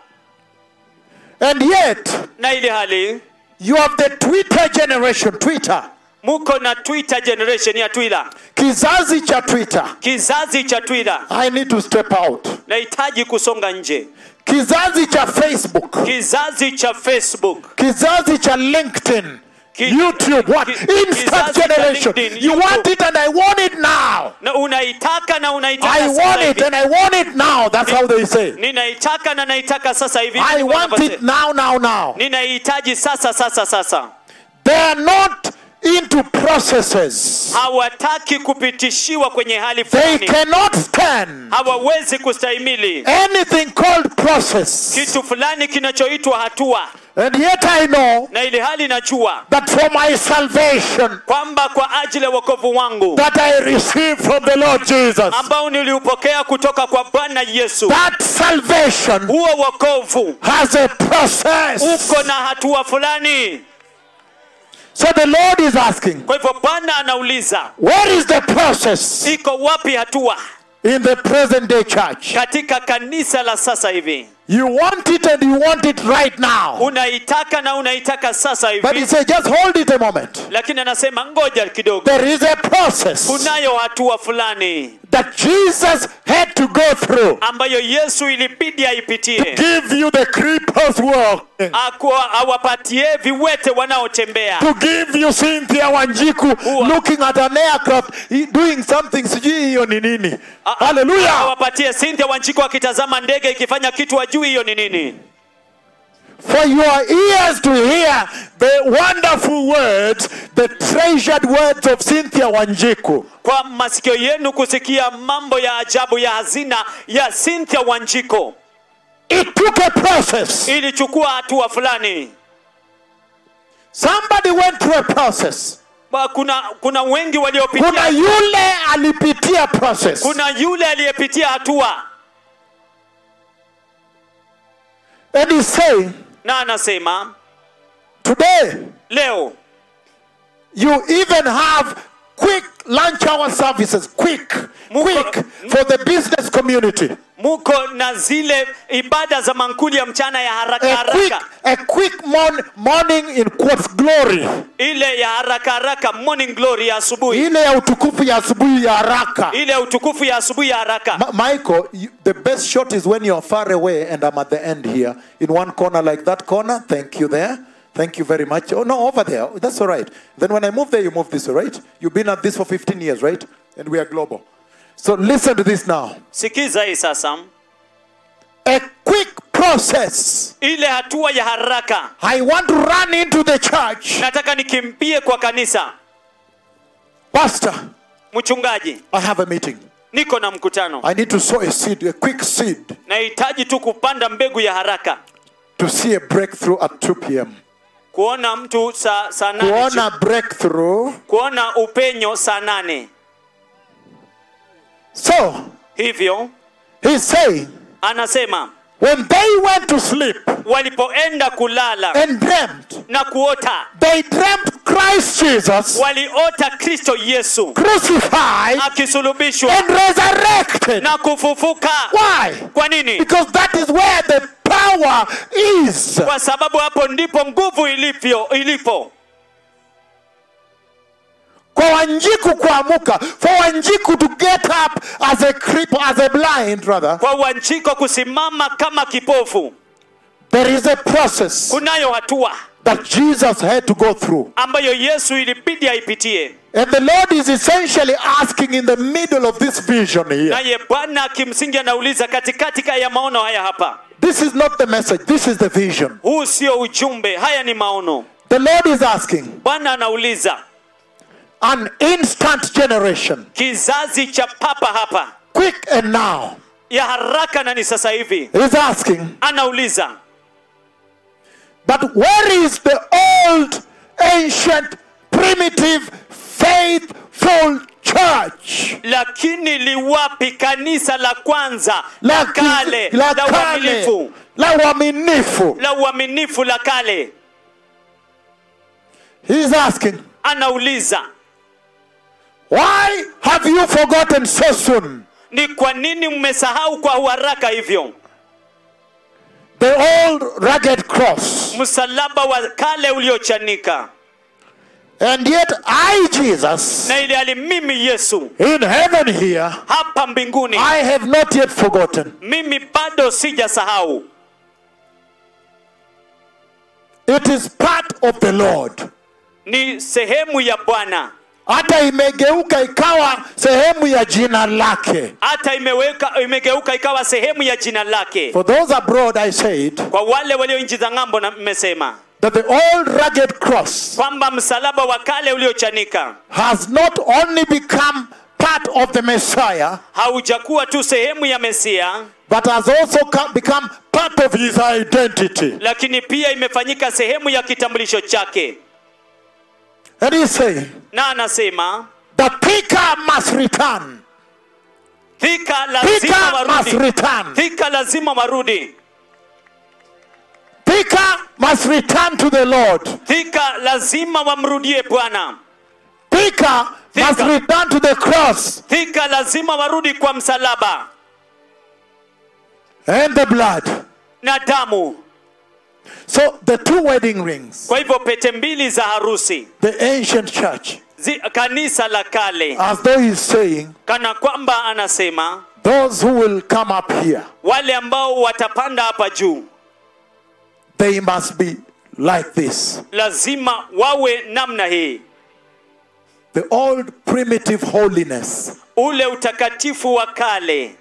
B: And yet,
C: na ili hali
B: you have the Twitter generation, Twitter,
C: muko na twitter generation ya twila
B: kizazi cha Twitter.
C: kizazi cha twila
B: I need to step out.
C: nahitaji kusonga nje
B: Kizazi cha Facebook,
C: kizazi cha facebook
B: kizazi cha LinkedIn,
C: Ki-
B: YouTube, what?
C: ki-
B: Instant
C: kizazi cha
B: generation.
C: LinkedIn,
B: You want
C: YouTube.
B: it and I want it now.
C: na unaitaka na unaitaka
B: I
C: sasa
B: want it
C: hivi.
B: and I want it now. That's how they say.
C: ninaitaka na naitaka sasa hivi
B: I
C: Ndivyo
B: want
C: wanavyosema.
B: it now, now, now.
C: ninaihitaji sasa sasa sasa
B: They are not into processes.
C: hawataki kupitishiwa kwenye hali
B: They
C: fulani
B: cannot stand
C: hawawezi kustahimili
B: anything called process.
C: kitu fulani kinachoitwa hatua
B: And yet I know
C: na ili hali najua
B: that for my salvation
C: kwamba kwa ajili ya wokovu wangu
B: that I received from the Lord Jesus,
C: ambao niliupokea kutoka kwa bwana yesu
B: that salvation
C: huo wokovu
B: has a process.
C: uko na hatua fulani
B: So the Lord is asking,
C: kwa hivyo bwana anauliza
B: where is the process
C: iko wapi hatua
B: in the present day church?
C: katika kanisa la sasa hivi
B: You want it and you want it right now.
C: unaitaka na unaitaka sasa
B: But he
C: hivi
B: said, just hold it a moment.
C: lakini anasema ngoja kidogo
B: There is a process
C: kunayo hatua fulani
B: that Jesus had to go through
C: ambayo yesu ilibidi aipitie
B: give you the creepers walk, to
C: Akwa- awapatie viwete wanaotembea
B: give you Cynthia Wanjiku
C: Who-
B: looking at an aircraft he- doing something. Sijui hiyo ni nini. Hallelujah.
C: awapatie Cynthia Wanjiku akitazama ndege ikifanya kitu wajui hiyo ni nini,
B: For your ears to hear the wonderful words, the treasured words of Cynthia Wanjiku.
C: kwa masikio yenu kusikia mambo ya ajabu ya hazina ya Cynthia Wanjiko.
B: It took a process.
C: Ilichukua hatua fulani.
B: Somebody went through a process.
C: Ba- Kuna kuna wengi
B: Kuna
C: waliopitia,
B: yule alipitia process.
C: kuna yule aliyepitia hatua,
B: And he's saying,
C: na anasema
B: today
C: leo
B: You even have quick lunch hour services, quick,
C: Muko-
B: quick for the business community.
C: muko na zile ibada za mankuli ya mchana ya haraka
B: A quick,
C: haraka,
B: a quick mon- morning in quotes glory,
C: ile ya haraka haraka, morning glory ya asubuhi,
B: ile ya utukufu ya asubuhi ya haraka.
C: ile utukufu ya asubuhi ya haraka.
B: Ma- Michael, you, the best shot is when you are far away and I'm at the end here in one corner like that corner. Thank you there. Thank you very much. Oh no, over there. That's all right. Then when I move there, you move this, all right? You've been at this for 15 years, right? And we are global. So listen to this now.
C: Sikiza hii sasa,
B: A quick process.
C: ile hatua ya haraka.
B: I want to run into the church.
C: Nataka nikimbie kwa kanisa.
B: Pastor,
C: Mchungaji,
B: I have a meeting.
C: niko na mkutano,
B: I need to sow a seed, a quick seed,
C: nahitaji tu kupanda mbegu ya haraka,
B: to see a breakthrough at 2 p.m.
C: kuona mtu saa saa nane
B: Kuona breakthrough.
C: chi- kuona upenyo saa nane.
B: So,
C: Hivyo
B: he's saying,
C: anasema
B: when they went to sleep
C: walipoenda kulala
B: and dreamt,
C: na kuota,
B: they dreamt Christ Jesus
C: waliota Kristo Yesu
B: crucified
C: akisulubishwa
B: and resurrected.
C: na kufufuka.
B: Why?
C: Kwa nini?
B: Because that is where the power is.
C: Kwa sababu hapo ndipo nguvu ilivyo ilipo.
B: Kwa wanjiku kuamuka for wanjiku to get up as a cripple as a blind rather
C: kwa wanjiko kusimama kama kipofu
B: there is a process
C: kunayo hatua
B: that jesus had to go through
C: ambayo yesu ilibidi aipitie
B: and the lord is essentially asking in the middle of this vision here
C: naye bwana kimsingi anauliza katikati ya maono haya hapa
B: this is not the message this is the vision
C: huu sio ujumbe haya ni maono
B: the lord is asking
C: bwana anauliza
B: an instant generation
C: kizazi cha papa hapa
B: quick and now
C: ya haraka na ni sasa hivi
B: he's asking
C: anauliza
B: But where is the old, ancient, primitive, faithful church?
C: lakini liwapi kanisa la kwanza la
B: La
C: kale
B: la
C: la
B: kale,
C: uaminifu
B: la uaminifu.
C: la uaminifu la kale
B: He's asking,
C: anauliza
B: why have you forgotten so soon
C: ni kwa nini mmesahau kwa uharaka hivyo
B: the old rugged cross?
C: msalaba wa kale uliochanika
B: And yet I, Jesus,
C: na ili hali mimi yesu
B: in heaven here,
C: hapa mbinguni
B: I have not yet forgotten.
C: mimi bado sijasahau
B: It is part of the Lord.
C: ni sehemu ya bwana
B: Hata imegeuka ikawa sehemu ya jina lake.
C: hata imeweka, imegeuka ikawa sehemu ya jina lake
B: For those abroad, I said,
C: kwa wale walio nchi za ng'ambo na mmesema
B: that the old rugged cross
C: kwamba msalaba wa kale uliochanika
B: has not only become part of the Messiah,
C: haujakuwa tu sehemu ya mesia
B: but has also co- become part of his identity.
C: lakini pia imefanyika sehemu ya kitambulisho chake
B: And he's saying,
C: na anasema
B: the picker must return.
C: thika
B: Picker
C: lazima
B: must
C: warudi
B: return.
C: thika lazima warudi
B: Picker must return to the Lord.
C: thika lazima wamrudie bwana
B: Picker must
C: Picker.
B: return to the cross
C: thika lazima warudi kwa msalaba
B: and the blood.
C: na damu
B: So the two wedding rings,
C: kwa hivyo pete mbili za harusi
B: the ancient church,
C: Zi, kanisa la kale
B: as though he's saying,
C: kana kwamba anasema
B: those who will come up here,
C: wale ambao watapanda hapa juu
B: they must be like this.
C: lazima wawe namna hii
B: The old primitive holiness.
C: ule utakatifu wa kale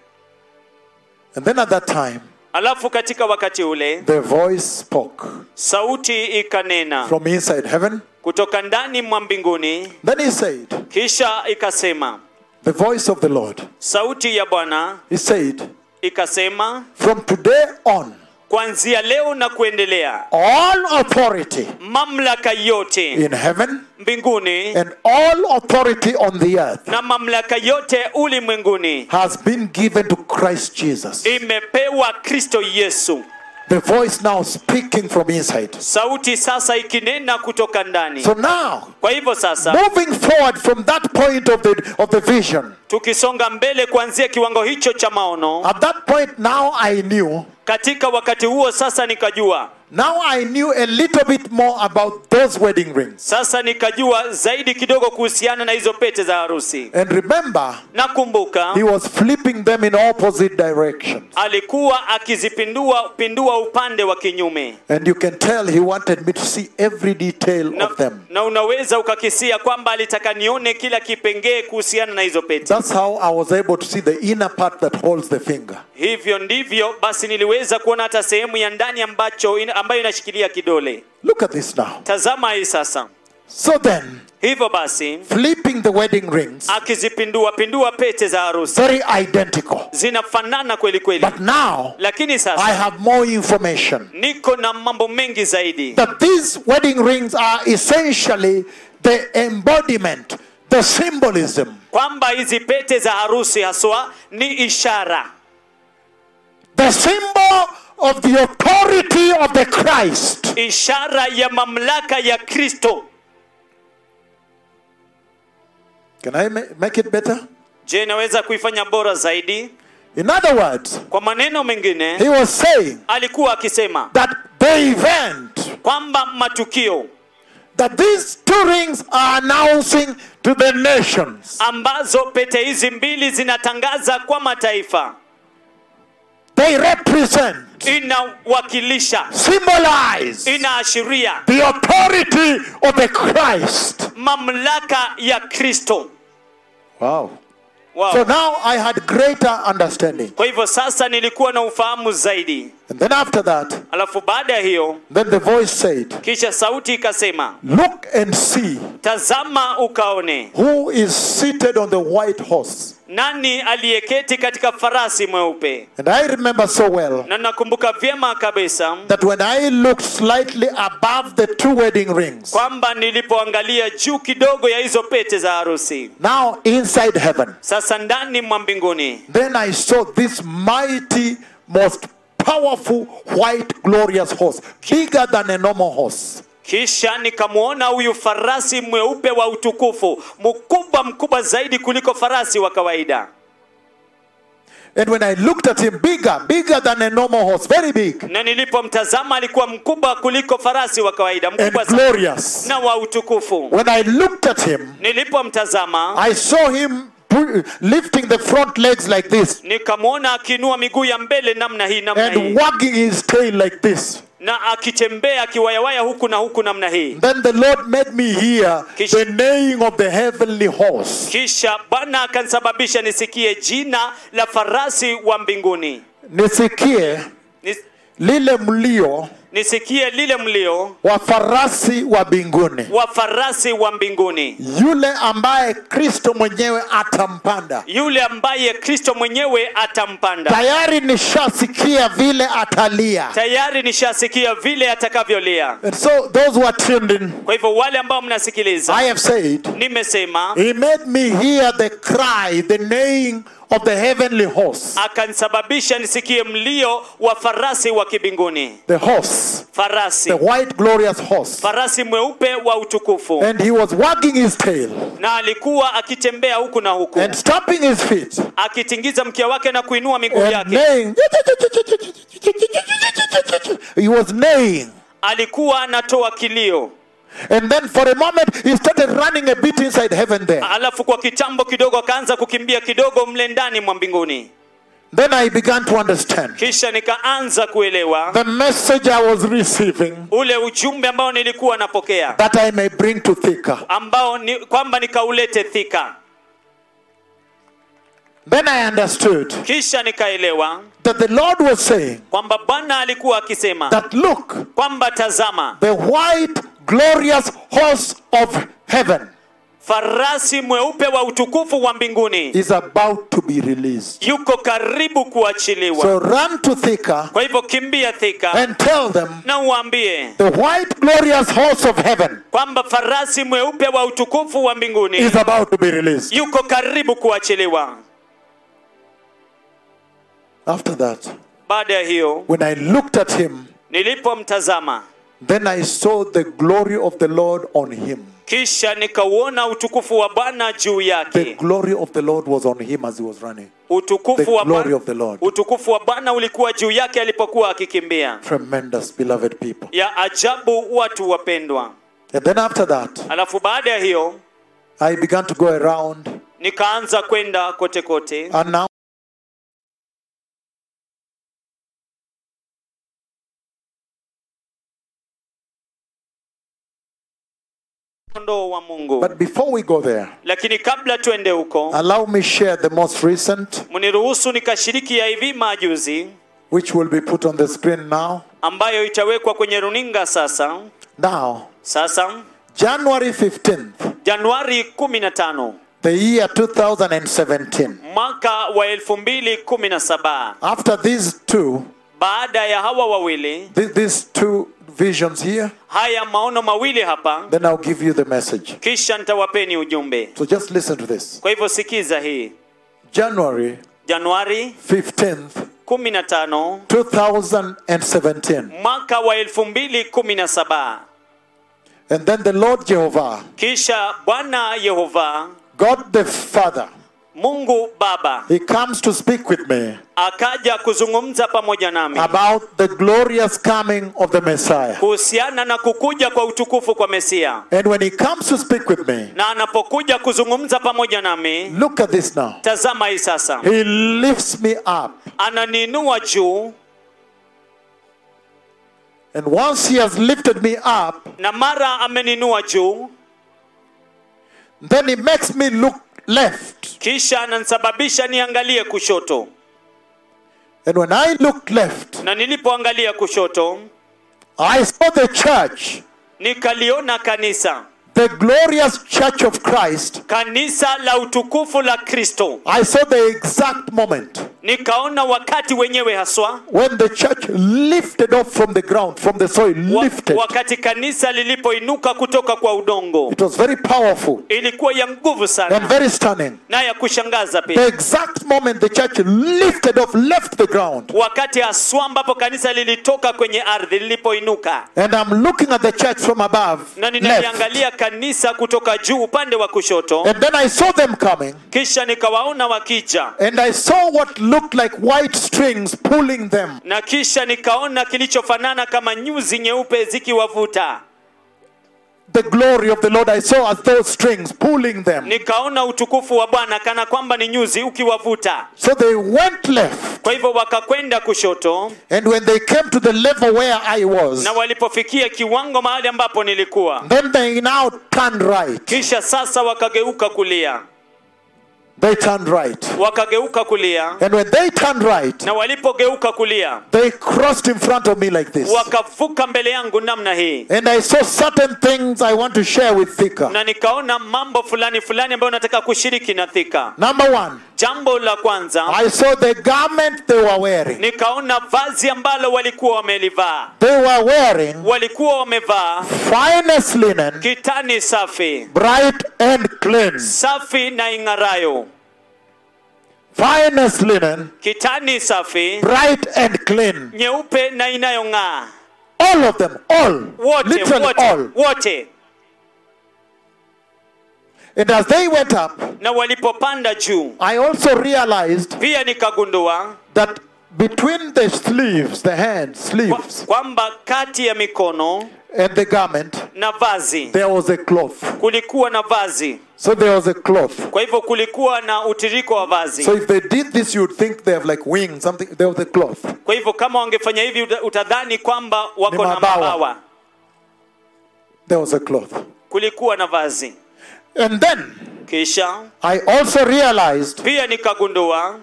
B: And then at that time,
C: alafu katika wakati ule
B: the voice spoke
C: sauti ikanena
B: from inside heaven.
C: kutoka ndani mwa mbinguni
B: Then he said,
C: kisha ikasema
B: The voice of the Lord.
C: sauti ya bwana
B: He said,
C: ikasema
B: From today on,
C: kuanzia leo na kuendelea
B: all authority
C: mamlaka yote
B: in heaven
C: mbinguni
B: and all authority on the earth
C: na mamlaka yote ulimwenguni
B: has been given to Christ Jesus.
C: imepewa kristo yesu
B: The voice now speaking from inside.
C: sauti sasa ikinena kutoka ndani
B: So now,
C: kwa hivyo sasa
B: moving forward from that point of the, of the vision,
C: tukisonga mbele kuanzia kiwango hicho cha maono
B: at that point now I knew
C: katika wakati huo sasa nikajua
B: Now I knew a little bit more about those wedding rings.
C: sasa nikajua zaidi kidogo kuhusiana na hizo pete za harusi
B: And remember,
C: nakumbuka
B: Eh. he was flipping them in opposite directions.
C: alikuwa akizipindua pindua upande wa kinyume
B: And you can tell he wanted me to see every detail
C: na,
B: of them.
C: na unaweza ukakisia kwamba alitaka nione kila kipengee kuhusiana na hizo pete
B: That's how I was able to see the inner part that holds the finger.
C: hivyo ndivyo basi niliweza kuona hata sehemu ya ndani ambacho ina- ambayo inashikilia kidole
B: Look at this now.
C: tazama hii sasa
B: So then,
C: hivyo basi
B: flipping the wedding rings,
C: akizipindua pindua pete za harusi
B: very identical.
C: zinafanana kweli kweli
B: But now
C: lakini sasa
B: I have more information
C: niko na mambo mengi zaidi
B: that these wedding rings are essentially the embodiment, the symbolism.
C: kwamba hizi pete za harusi haswa ni ishara
B: the symbol of the authority of the Christ.
C: ishara ya mamlaka ya kristo
B: Can I ma- make it better?
C: je naweza kuifanya bora zaidi
B: In other words,
C: kwa maneno mengine
B: he was saying
C: alikuwa akisema
B: that the event
C: kwamba matukio
B: that these two rings are announcing to the nations
C: ambazo pete hizi mbili zinatangaza kwa mataifa
B: they represent
C: inawakilisha
B: symbolize
C: inaashiria
B: the authority of the christ
C: mamlaka ya kristo
B: wow
C: wow.
B: so now i had greater understanding
C: kwa hivyo sasa nilikuwa na ufahamu zaidi
B: and then after that
C: alafu baada ya hiyo
B: then the voice said
C: kisha sauti ikasema
B: look and see
C: tazama ukaone
B: who is seated on the white horse
C: nani aliyeketi katika farasi mweupe
B: and i remember so well
C: na nakumbuka vyema kabisa
B: that when i looked slightly above the two wedding rings
C: kwamba nilipoangalia juu kidogo ya hizo pete za harusi
B: now inside heaven
C: sasa ndani mwa mbinguni
B: Then I saw this mighty, most powerful, white, glorious horse, bigger than a normal horse.
C: kisha nikamwona huyu farasi mweupe wa utukufu mkubwa mkubwa zaidi kuliko farasi wa kawaida
B: And when I looked at him, bigger, bigger than a normal horse, very big
C: na nilipomtazama alikuwa mkubwa kuliko farasi wa kawaida
B: and
C: mkubwa sana
B: glorious.
C: na wa utukufu
B: When I looked at him,
C: nilipomtazama
B: I saw him pu- lifting the front legs like this
C: nikamwona akiinua miguu ya mbele namna hii namna
B: and
C: hii
B: wagging his tail like this.
C: na akitembea akiwayawaya huku na huku namna hii
B: Then the Lord made me hear
C: Kish-
B: the neighing of the heavenly horse.
C: kisha bwana akanisababisha nisikie jina la farasi wa mbinguni
B: Nisikie
C: Nis-
B: lile mlio
C: nisikie lile mlio
B: wa farasi wa mbinguni.
C: wa farasi wa mbinguni
B: yule ambaye kristo mwenyewe atampanda
C: yule ambaye kristo mwenyewe atampanda
B: tayari nishasikia vile atalia
C: tayari nishasikia vile atakavyolia
B: and so those who are tuned in
C: kwa hivyo wale ambao mnasikiliza
B: i have said
C: nimesema
B: he made me hear the cry the neighing of the heavenly horse
C: akanisababisha nisikie mlio wa farasi wa kibinguni
B: the horse
C: farasi
B: the white glorious horse
C: farasi mweupe wa utukufu
B: and he was wagging his tail
C: na alikuwa akitembea huku na huku
B: and stamping his feet
C: Oh, akitingiza mkia wake na kuinua miguu
B: and
C: yake
B: neighing he was neighing
C: alikuwa anatoa kilio
B: and then for a moment he started running a bit inside heaven there
C: alafu kwa kitambo kidogo akaanza kukimbia kidogo mle ndani mwa mbinguni
B: Then I began to understand
C: kisha nikaanza kuelewa
B: the message I was receiving
C: ule ujumbe ambao nilikuwa napokea
B: that I may bring to Thika.
C: ambao ni, kwamba nikaulete thika
B: Then I understood
C: kisha nikaelewa
B: that the Lord was saying
C: kwamba bwana alikuwa akisema
B: that look,
C: kwamba tazama
B: the white, glorious horse of heaven
C: farasi mweupe wa utukufu wa mbinguni
B: is about to be released.
C: yuko karibu kuachiliwa
B: So run to Thika
C: kwa hivyo kimbia thika
B: and tell them
C: na uambie
B: the white, glorious horse of heaven
C: kwamba farasi mweupe wa utukufu wa mbinguni
B: is about to be released.
C: yuko karibu kuachiliwa
B: After that,
C: baada ya hiyo
B: when I looked at him,
C: nilipomtazama
B: then I saw the glory of the Lord on him.
C: kisha nikauona utukufu wa bwana juu
B: The
C: yake
B: glory of the Lord was on him as he was running. the
C: utukufu wa,
B: glory
C: Bwana-
B: of the Lord.
C: utukufu wa bwana ulikuwa juu yake alipokuwa akikimbia
B: Tremendous, beloved people.
C: ya ajabu watu wapendwa
B: And then after that,
C: alafu baada ya hiyo
B: I began to go around,
C: nikaanza kwenda kote kote
B: announce
C: kondoo wa mungu
B: But Ah. before we go there,
C: lakini kabla twende huko
B: allow me share the most recent,
C: mniruhusu nikashiriki ya hivi majuzi
B: which will be put on the screen now.
C: ambayo itawekwa kwenye runinga sasa
B: Now,
C: sasa
B: January 15th,
C: januari 15
B: the year 2017.
C: mwaka wa 2017
B: After these two,
C: baada ya hawa wawili
B: th- these two visions here,
C: haya maono mawili hapa
B: then I'll give you the message.
C: kisha nitawapeni ujumbe
B: So just listen to this.
C: kwa hivyo sikiza hii
B: January
C: januari
B: 15th,
C: 15
B: 2017.
C: mwaka wa 2017
B: And then the Lord Jehovah,
C: kisha bwana yehova
B: God the Father,
C: mungu baba
B: He comes to speak with me
C: akaja kuzungumza pamoja nami
B: about the glorious coming of the Messiah.
C: kuhusiana na kukuja kwa utukufu kwa mesia
B: And when he comes to speak with me,
C: na anapokuja kuzungumza pamoja nami
B: look at this now.
C: tazama hii sasa
B: He lifts me up.
C: ananiinua juu
B: And once he has lifted me up,
C: na mara ameninua juu
B: then he makes me look left.
C: kisha ananisababisha niangalie kushoto
B: And when I looked left,
C: na nilipoangalia kushoto
B: I saw the church,
C: nikaliona kanisa
B: the glorious church of Christ.
C: kanisa la utukufu la kristo
B: I saw the exact moment
C: nikaona wakati wenyewe haswa
B: when the church lifted up from the ground, from the soil,
C: wa,
B: lifted.
C: wakati kanisa lilipoinuka kutoka kwa udongo
B: It was very powerful
C: ilikuwa ya nguvu
B: and
C: sana
B: very stunning.
C: na ya kushangaza
B: The
C: pia
B: exact moment the church lifted up, left the ground.
C: wakati haswa ambapo kanisa lilitoka kwenye ardhi lilipoinuka
B: And I'm looking at the church from above.
C: na
B: Left.
C: ninaliangalia kanisa kutoka juu upande wa kushoto
B: And then I saw them coming.
C: kisha nikawaona wakija
B: And I saw what looked like white strings pulling them.
C: na kisha nikaona kilichofanana kama nyuzi nyeupe zikiwavuta
B: The glory of the Lord I saw as those strings pulling them.
C: nikaona utukufu wa bwana kana kwamba ni nyuzi ukiwavuta
B: So they went left.
C: kwa hivyo wakakwenda kushoto
B: And when they came to the level where I was,
C: na walipofikia kiwango mahali ambapo nilikuwa
B: then they now turned right.
C: kisha sasa wakageuka kulia
B: They turned right.
C: wakageuka kulia
B: And when they turned right,
C: na walipogeuka kulia
B: they crossed in front of me like this.
C: wakavuka mbele yangu namna hii
B: And I saw certain things I want to share with Thika.
C: na nikaona mambo fulani fulani ambayo nataka kushiriki na thika
B: Number one,
C: jambo la kwanza
B: I saw the garment they were wearing.
C: nikaona vazi ambalo walikuwa wamelivaa
B: They were wearing
C: walikuwa wamevaa
B: finest linen,
C: kitani safi
B: bright and clean.
C: safi na ing'arayo
B: Finest linen,
C: kitani safi
B: bright and clean.
C: nyeupe na inayong'aa
B: All of them, all.
C: wote
B: Literally all.
C: wote wote
B: And as they went up,
C: na walipopanda juu
B: I also realized
C: pia nikagundua
B: that between the sleeves, the hand
C: kwa,
B: sleeves,
C: kwamba kati ya mikono
B: and the garment,
C: na vazi
B: there was a cloth.
C: kulikuwa na vazi
B: So there was a cloth.
C: kwa hivyo kulikuwa na utiririko wa vazi
B: So if they did this, you'd think they have like wings, something. There was a cloth.
C: kwa hivyo kama wangefanya hivi uta- utadhani kwamba wako
B: Ni
C: na
B: mabawa.
C: mabawa
B: There was a cloth.
C: kulikuwa na vazi
B: And then
C: kisha
B: I also realized,
C: pia nikagundua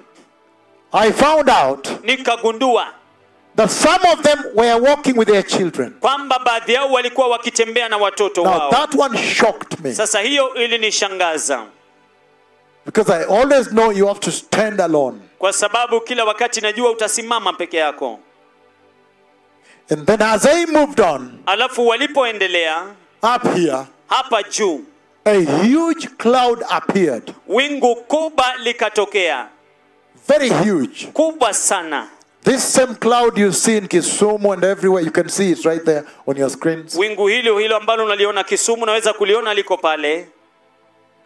B: I found out
C: nikagundua
B: that some of them were walking with their children.
C: kwamba baadhi yao walikuwa wakitembea na watoto
B: Now
C: wao
B: that one shocked me
C: sasa hiyo ilinishangaza
B: because I always know you have to stand alone.
C: kwa sababu kila wakati najua utasimama peke yako
B: And then as I moved on
C: alafu walipoendelea
B: up here,
C: hapa juu
B: a huge cloud appeared.
C: wingu kubwa likatokea
B: Very huge.
C: kubwa sana
B: This same cloud you see in Kisumu and everywhere, you can see it right there on your screens.
C: wingu hilo hilo ambalo unaliona kisumu naweza kuliona liko pale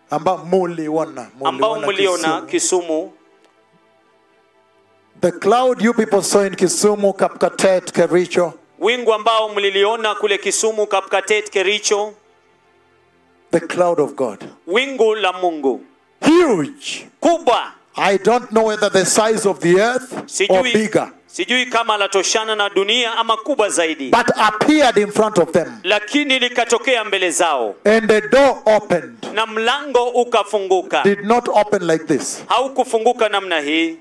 B: Ambao muliona,
C: ambao
B: muliona
C: mliona
B: Kisumu.
C: kisumu
B: The cloud you people saw in Kisumu, Kapkatet, Kericho,
C: wingu ambao mliliona kule kisumu kapkatet kericho
B: the cloud of God.
C: wingu la mungu
B: Huge.
C: kubwa
B: I don't know whether the size of the earth or
C: sijui
B: Oh, bigger,
C: sijui kama latoshana na dunia ama kubwa zaidi
B: but appeared in front of them.
C: lakini likatokea mbele zao
B: And the door opened.
C: na mlango ukafunguka
B: Did not open like this.
C: haukufunguka namna hii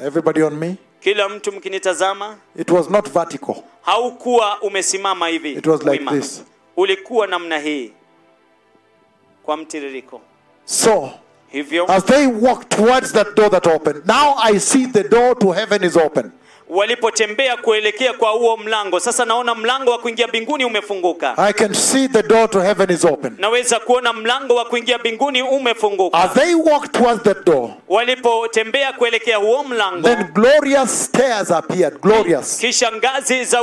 B: Everybody on me?
C: kila mtu mkinitazama
B: It was not vertical.
C: haukuwa umesimama hivi
B: It was like
C: wima.
B: this.
C: ulikuwa namna hii kwa mtiririko
B: So,
C: hivyo
B: as they walked towards that door that opened, now I see the door to heaven is open.
C: walipotembea kuelekea kwa huo mlango sasa naona mlango wa kuingia mbinguni umefunguka
B: I can see the door to heaven is open.
C: naweza kuona mlango wa kuingia mbinguni umefunguka
B: As they walked towards that door,
C: walipotembea kuelekea huo mlango
B: then glorious stairs appeared. Glorious.
C: kisha ngazi za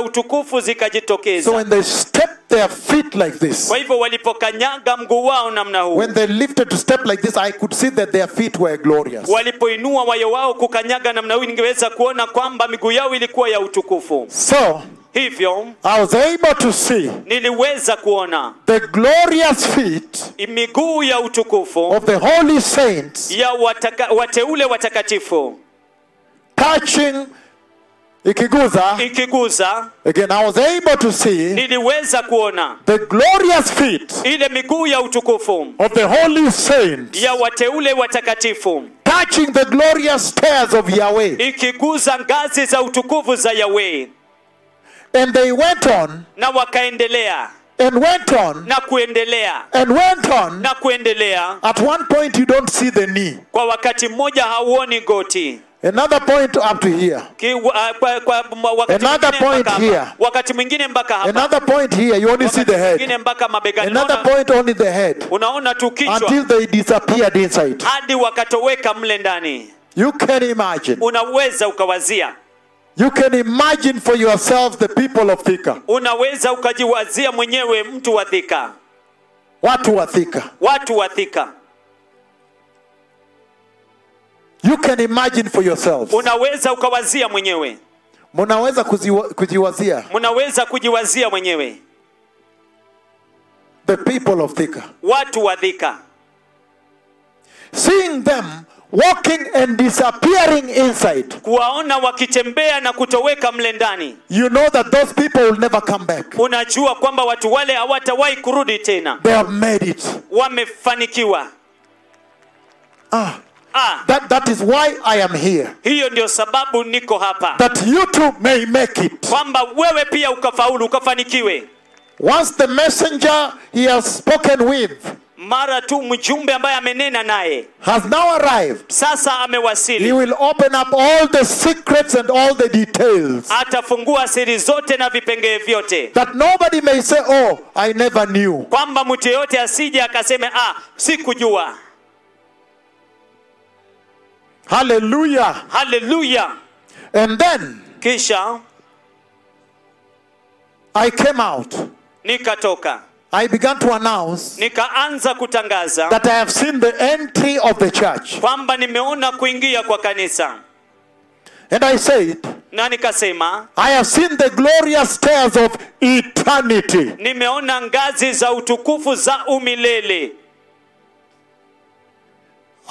B: So
C: utukufu zikajitokeza
B: when they stepped their feet like this.
C: kwa hivyo walipokanyaga mguu wao namna huu
B: When they lifted to step like this, I could see that their feet were glorious.
C: walipoinua wayo wao kukanyaga namna hii ningeweza kuona kwamba miguu yao ilikuwa ya utukufu
B: So
C: hivyo
B: I was able to see
C: niliweza kuona
B: the glorious feet
C: miguu ya utukufu
B: of the holy saints
C: ya wataka, wateule watakatifu
B: touching ikiguza.
C: ikiguza
B: Again, I was able to see
C: niliweza kuona
B: the glorious feet
C: ile miguu ya utukufu
B: of the holy saints
C: ya wateule watakatifu
B: touching the glorious stairs of Yahweh.
C: ikiguza ngazi za utukufu za Yahweh
B: And they went on
C: na wakaendelea
B: and went on
C: na kuendelea
B: and went on.
C: na kuendelea
B: At one point, you don't see the knee.
C: kwa wakati mmoja hauoni goti
B: Another point up to here.
C: Ki, wa, kwa, kwa, mwa- wakati,
B: Another
C: mwingine
B: point
C: mpaka hapa.
B: here.
C: wakati mwingine mpaka hapa
B: Another point here. You only see
C: wakati
B: the head.
C: mwingine mpaka mabegani
B: Another
C: unaona,
B: point only the head.
C: unaona tu kichwa
B: Until they disappeared inside.
C: hadi wakatoweka mle ndani
B: You can imagine.
C: unaweza ukawazia
B: You can imagine for yourself the people of Thika.
C: unaweza ukajiwazia mwenyewe mtu wa dhika
B: Watu wa Thika.
C: watu wa dhika
B: You can imagine for yourself.
C: unaweza ukawazia mwenyewe
B: Munaweza kuziwa- kujiwazia
C: mnaweza kujiwazia mwenyewe
B: the people of Thika.
C: watu wa dhika
B: Seeing them walking and disappearing inside,
C: kuwaona wakitembea na kutoweka mle ndani
B: you know that those people will never come back.
C: unajua kwamba watu wale hawatawahi kurudi tena
B: They have made it.
C: wamefanikiwa
B: Ah,
C: ah,
B: that, that is why I am here.
C: hiyo ndio sababu niko hapa
B: That you too may make it.
C: kwamba wewe pia ukafaulu ukafanikiwe
B: Once the messenger he has spoken with
C: mara tu mjumbe ambaye amenena naye
B: has now arrived,
C: sasa
B: he
C: amewasili
B: will open up all the secrets and all the details
C: atafungua siri zote na vipengee vyote
B: that nobody may say, Oh, I never knew.
C: kwamba mtu yeyote asije akaseme ah, sikujua
B: Hallelujah.
C: haleluya
B: And then
C: kisha
B: I came out.
C: nikatoka
B: I began to announce
C: nikaanza kutangaza
B: that I have seen the entry of the church.
C: kwamba nimeona kuingia kwa kanisa
B: And I said,
C: na nikasema
B: I have seen the glorious stairs of eternity.
C: nimeona ngazi za utukufu za umilele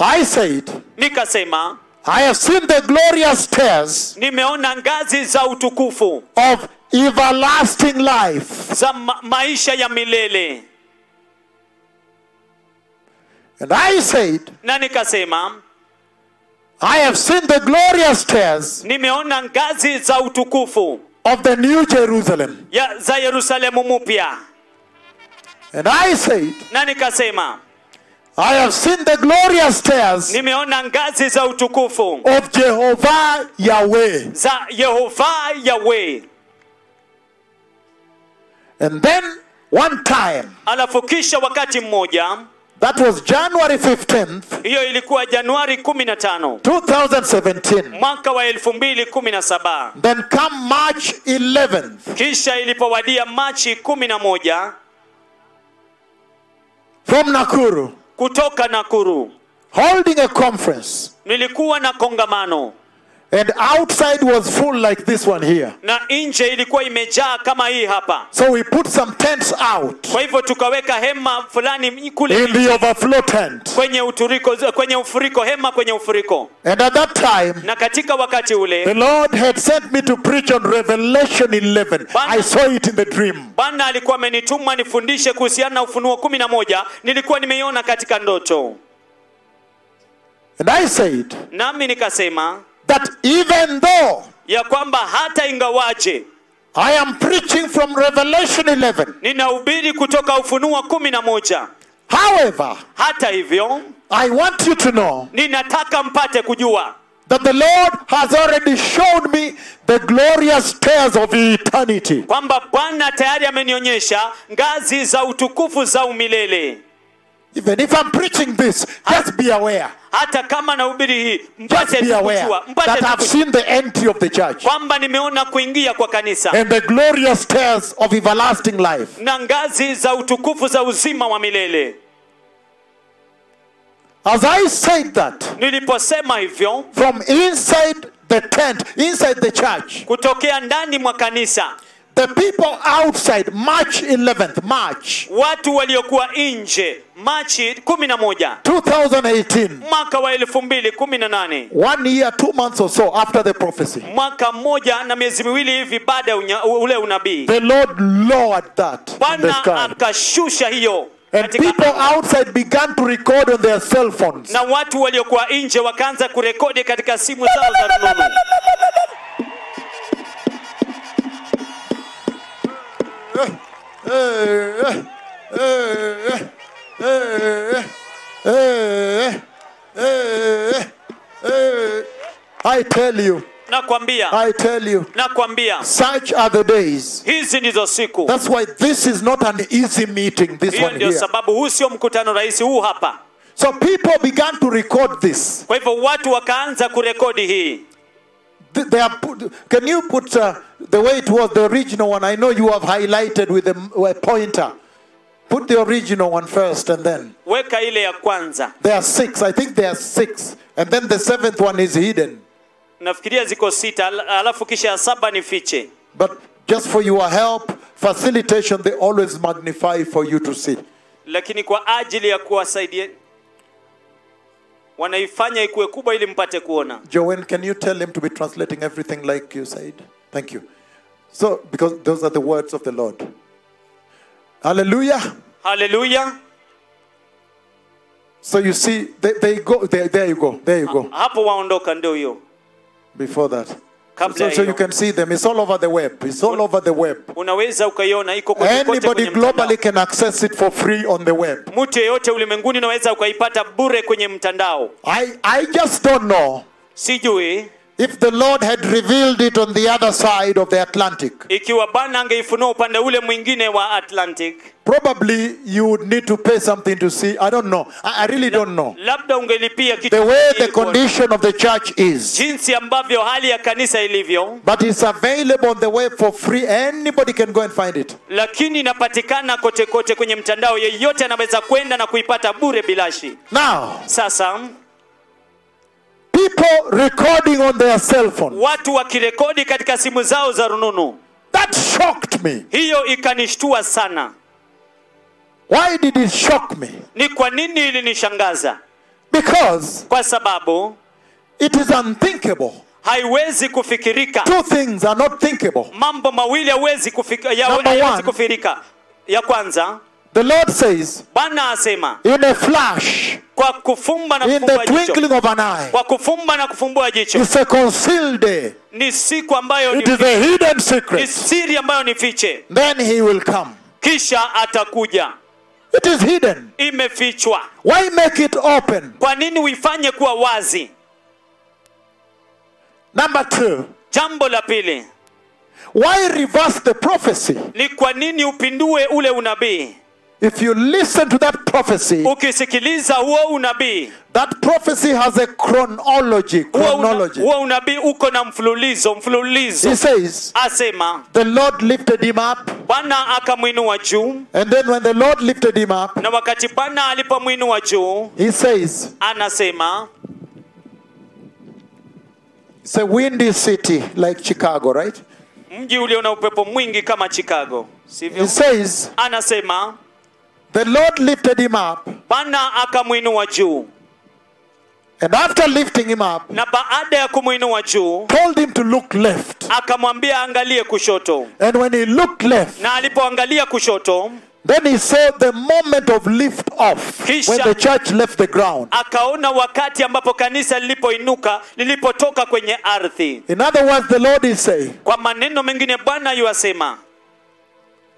B: I said,
C: nikasema
B: I have seen the glorious stairs
C: nimeona ngazi za utukufu
B: of everlasting life.
C: za ma- maisha ya milele
B: And I said,
C: na nikasema
B: I have seen the glorious stairs
C: nimeona ngazi za utukufu
B: of the new Jerusalem.
C: ya, za yerusalemu mupya
B: And I said,
C: na nikasema
B: I have seen the glorious stairs
C: nimeona ngazi za utukufu
B: of Jehovah Yahweh.
C: za yehova yawe
B: And then one time,
C: alafu kisha wakati mmoja
B: that was January 15th,
C: hiyo ilikuwa januari 15
B: 2017.
C: mwaka wa 2017
B: Then come March 11th,
C: kisha ilipowadia machi 11
B: from Nakuru,
C: kutoka nakuru
B: holding a conference.
C: nilikuwa na kongamano
B: And outside was full like this one here.
C: na nje ilikuwa imejaa kama hii hapa
B: So we put some tents out
C: kwa hivyo tukaweka hema fulani kule
B: in the overflow tent.
C: kwenye uturiko kwenye ufuriko hema kwenye ufuriko
B: And at that time,
C: na katika wakati
B: The
C: ule
B: Lord had sent me to preach on Revelation 11. I saw it in the dream.
C: bwana alikuwa amenituma nifundishe kuhusiana na ufunuo kumi na moja nilikuwa nimeiona katika ndoto
B: And I said
C: nami nikasema
B: that even though
C: ya kwamba hata ingawaje
B: I am preaching from Revelation 11,
C: ninahubiri kutoka ufunuo kumi na moja
B: however,
C: hata hivyo
B: I want you to know
C: ninataka mpate kujua
B: that the Lord has already shown me the glorious stairs of eternity.
C: kwamba bwana tayari amenionyesha ngazi za utukufu za umilele
B: Even if I'm preaching this, just be aware.
C: hata kama nahubiri hii
B: Just
C: mpate
B: be
C: tu
B: aware
C: kujua, mpate
B: that
C: tu
B: I've
C: kujua
B: seen the entry of the church
C: kwamba nimeona kuingia kwa kanisa
B: and the glorious stairs of everlasting life.
C: na ngazi za utukufu za uzima wa milele
B: As I said that,
C: niliposema hivyo
B: from inside the tent, inside the church,
C: kutokea ndani mwa kanisa
B: the people outside, March 11th, March
C: watu waliokuwa nje machi 11
B: 2018,
C: mwaka wa 2018
B: one year, two months or so after the prophecy,
C: mwaka mmoja na miezi miwili hivi baada ya unya- ule unabii
B: the Lord lowered that in the
C: bwana
B: sky.
C: akashusha hiyo
B: And
C: katika
B: people outside began to record on their cell phones.
C: na watu waliokuwa nje wakaanza kurekodi katika simu zao za rununu
B: I tell you,
C: nakwambia
B: I tell you,
C: nakwambia
B: such are the days.
C: hizi ndizo siku
B: That's why this is not an easy meeting, this
C: hiyo
B: one
C: ndio
B: here.
C: sababu huu sio mkutano rahisi huu hapa
B: So people began to record this.
C: kwa hivyo watu wakaanza kurekodi hii
B: Th- They are put, can you put uh, the way it was, the original one? I know you have highlighted with a, a pointer. Put the original one first and then.
C: weka ile ya kwanza
B: There are six. I think there are six. And then the seventh one is hidden.
C: nafikiria ziko sita al- alafu kisha ya saba ni fiche
B: But just for your help, facilitation, they always magnify for you to see.
C: lakini kwa ajili ya kuwasaidia wanaifanya ikuwe kubwa ili mpate kuona
B: Joanne, can you tell him to be translating everything like you said? Thank you. So, because those are the words of the Lord. Hallelujah.
C: haleluya
B: So you see, they, they go, there, there you go, there you go.
C: hapo waondoka ndio hiyo
B: Before that.
C: kabla
B: So,
C: ya
B: so you
C: hiyo
B: can see them. It's all over the web. It's all over the web.
C: unaweza ukaiona iko kote kote
B: Anybody
C: kwenye mtandao.
B: globally can access it for free on the web.
C: mtu yeyote ulimwenguni unaweza ukaipata bure kwenye mtandao
B: I, I just don't know
C: sijui
B: if the Lord had revealed it on the other side of the Atlantic.
C: ikiwa bwana angeifunua upande ule mwingine wa atlantic
B: Probably you would need to pay something to see. I don't know. I, I really don't know.
C: labda ungelipia kitu
B: The way the
C: ili kuona.
B: condition of the church is.
C: jinsi ambavyo hali ya kanisa ilivyo
B: But it's available on the web for free. Anybody can go and find it.
C: lakini inapatikana kote kote kwenye mtandao yeyote anaweza kwenda na kuipata bure bilashi
B: Now,
C: sasa
B: people recording on their cell phone.
C: watu wakirekodi katika simu zao za rununu
B: That shocked me.
C: hiyo ikanishtua sana
B: Why did it shock me?
C: ni kwa nini ilinishangaza
B: Because
C: kwa sababu
B: it is unthinkable.
C: haiwezi kufikirika
B: Two things are not thinkable.
C: mambo mawili hawezi kufika, ya,
B: Number one.
C: hawezi kufirika ya kwanza
B: The Lord says,
C: bwana asema
B: in a flash,
C: kwa kufumba na
B: in the
C: kufumbua jicho
B: twinkling of an eye,
C: kwa kufumba na kufumbua jicho
B: it's a concealed day.
C: ni siku ambayo ni,
B: It is a hidden
C: ni
B: secret.
C: siri ambayo ni fiche
B: Then he will come.
C: kisha atakuja
B: It is hidden.
C: imefichwa
B: Why make it open?
C: kwa nini uifanye kuwa wazi
B: Number two,
C: jambo la pili
B: why reverse the prophecy?
C: ni kwa nini upindue ule unabii
B: If you listen to that prophecy,
C: Oh. ukisikiliza huo unabii
B: that prophecy has a chronology.
C: huo una-
B: Chronology.
C: huo unabii uko na mfululizo mfululizo
B: He says,
C: asema
B: the Lord lifted him up
C: bwana akamwinua juu
B: And then when the Lord lifted him up,
C: na wakati bwana alipomwinua juu
B: he says,
C: anasema
B: It's a windy city like Chicago, right?
C: mji ulio na upepo mwingi kama chicago
B: He
C: sivyo
B: says,
C: anasema
B: The Lord lifted him up,
C: bwana akamwinua juu
B: and after lifting him up,
C: na baada ya kumwinua juu
B: told him to look left.
C: akamwambia aangalie kushoto
B: And when he looked left,
C: na alipoangalia kushoto
B: then he saw the moment of lift off when
C: Kisha-
B: the church left the ground.
C: akaona wakati ambapo kanisa lilipoinuka lilipotoka kwenye ardhi
B: In other words, the Lord is saying,
C: kwa maneno mengine bwana yuasema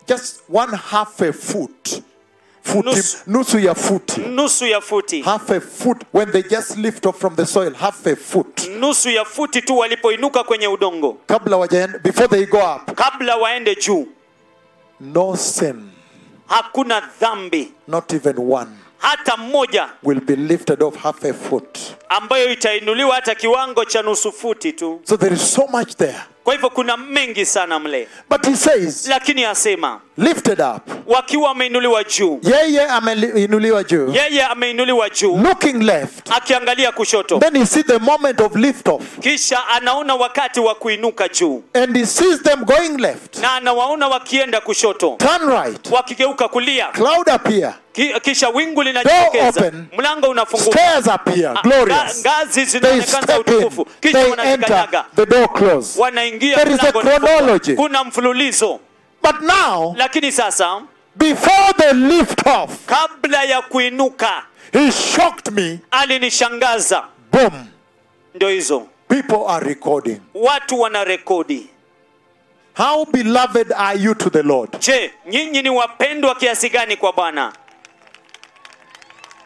B: just one half a foot, foot
C: Nusu.
B: nusu ya foot,
C: nusu ya futi
B: half a foot when they just lift off from the soil, half a foot.
C: nusu ya futi tu walipoinuka kwenye udongo
B: Kabla wajaenda- Before they go up,
C: kabla waende juu
B: no sin.
C: hakuna dhambi
B: Not even one.
C: hata mmoja
B: will be lifted off half a foot.
C: ambayo itainuliwa hata kiwango cha nusu futi tu
B: So there is so much there.
C: kwa hivyo kuna mengi sana mle
B: But he says,
C: lakini asema
B: lifted up.
C: wakiwa wameinuliwa juu
B: Yeye ameinuliwa juu.
C: yeye ameinuliwa juu
B: Looking left.
C: akiangalia kushoto
B: Then he sees the moment of liftoff.
C: kisha anaona wakati wa kuinuka juu
B: And he sees them going left.
C: na anawaona wakienda kushoto
B: Turn right.
C: wakigeuka kulia
B: Cloud appear.
C: ki, kisha wingu linajitokeza
B: open.
C: mlango unafunguka
B: Stairs appear.
C: Ah,
B: Glorious.
C: nga- ngazi
B: They
C: zinaonekana za
B: step in.
C: utukufu kisha
B: They enter.
C: wanazikanyaga
B: The door closed.
C: wanaingia
B: There is a
C: mlango unafungwa.
B: chronology.
C: kuna mfululizo
B: But now,
C: lakini sasa
B: before they lift off,
C: kabla ya kuinuka
B: he shocked me.
C: alinishangaza
B: Boom.
C: ndio hizo
B: People are recording.
C: watu wanarekodi
B: How beloved are you to the Lord?
C: je nyinyi ni wapendwa kiasi gani kwa bwana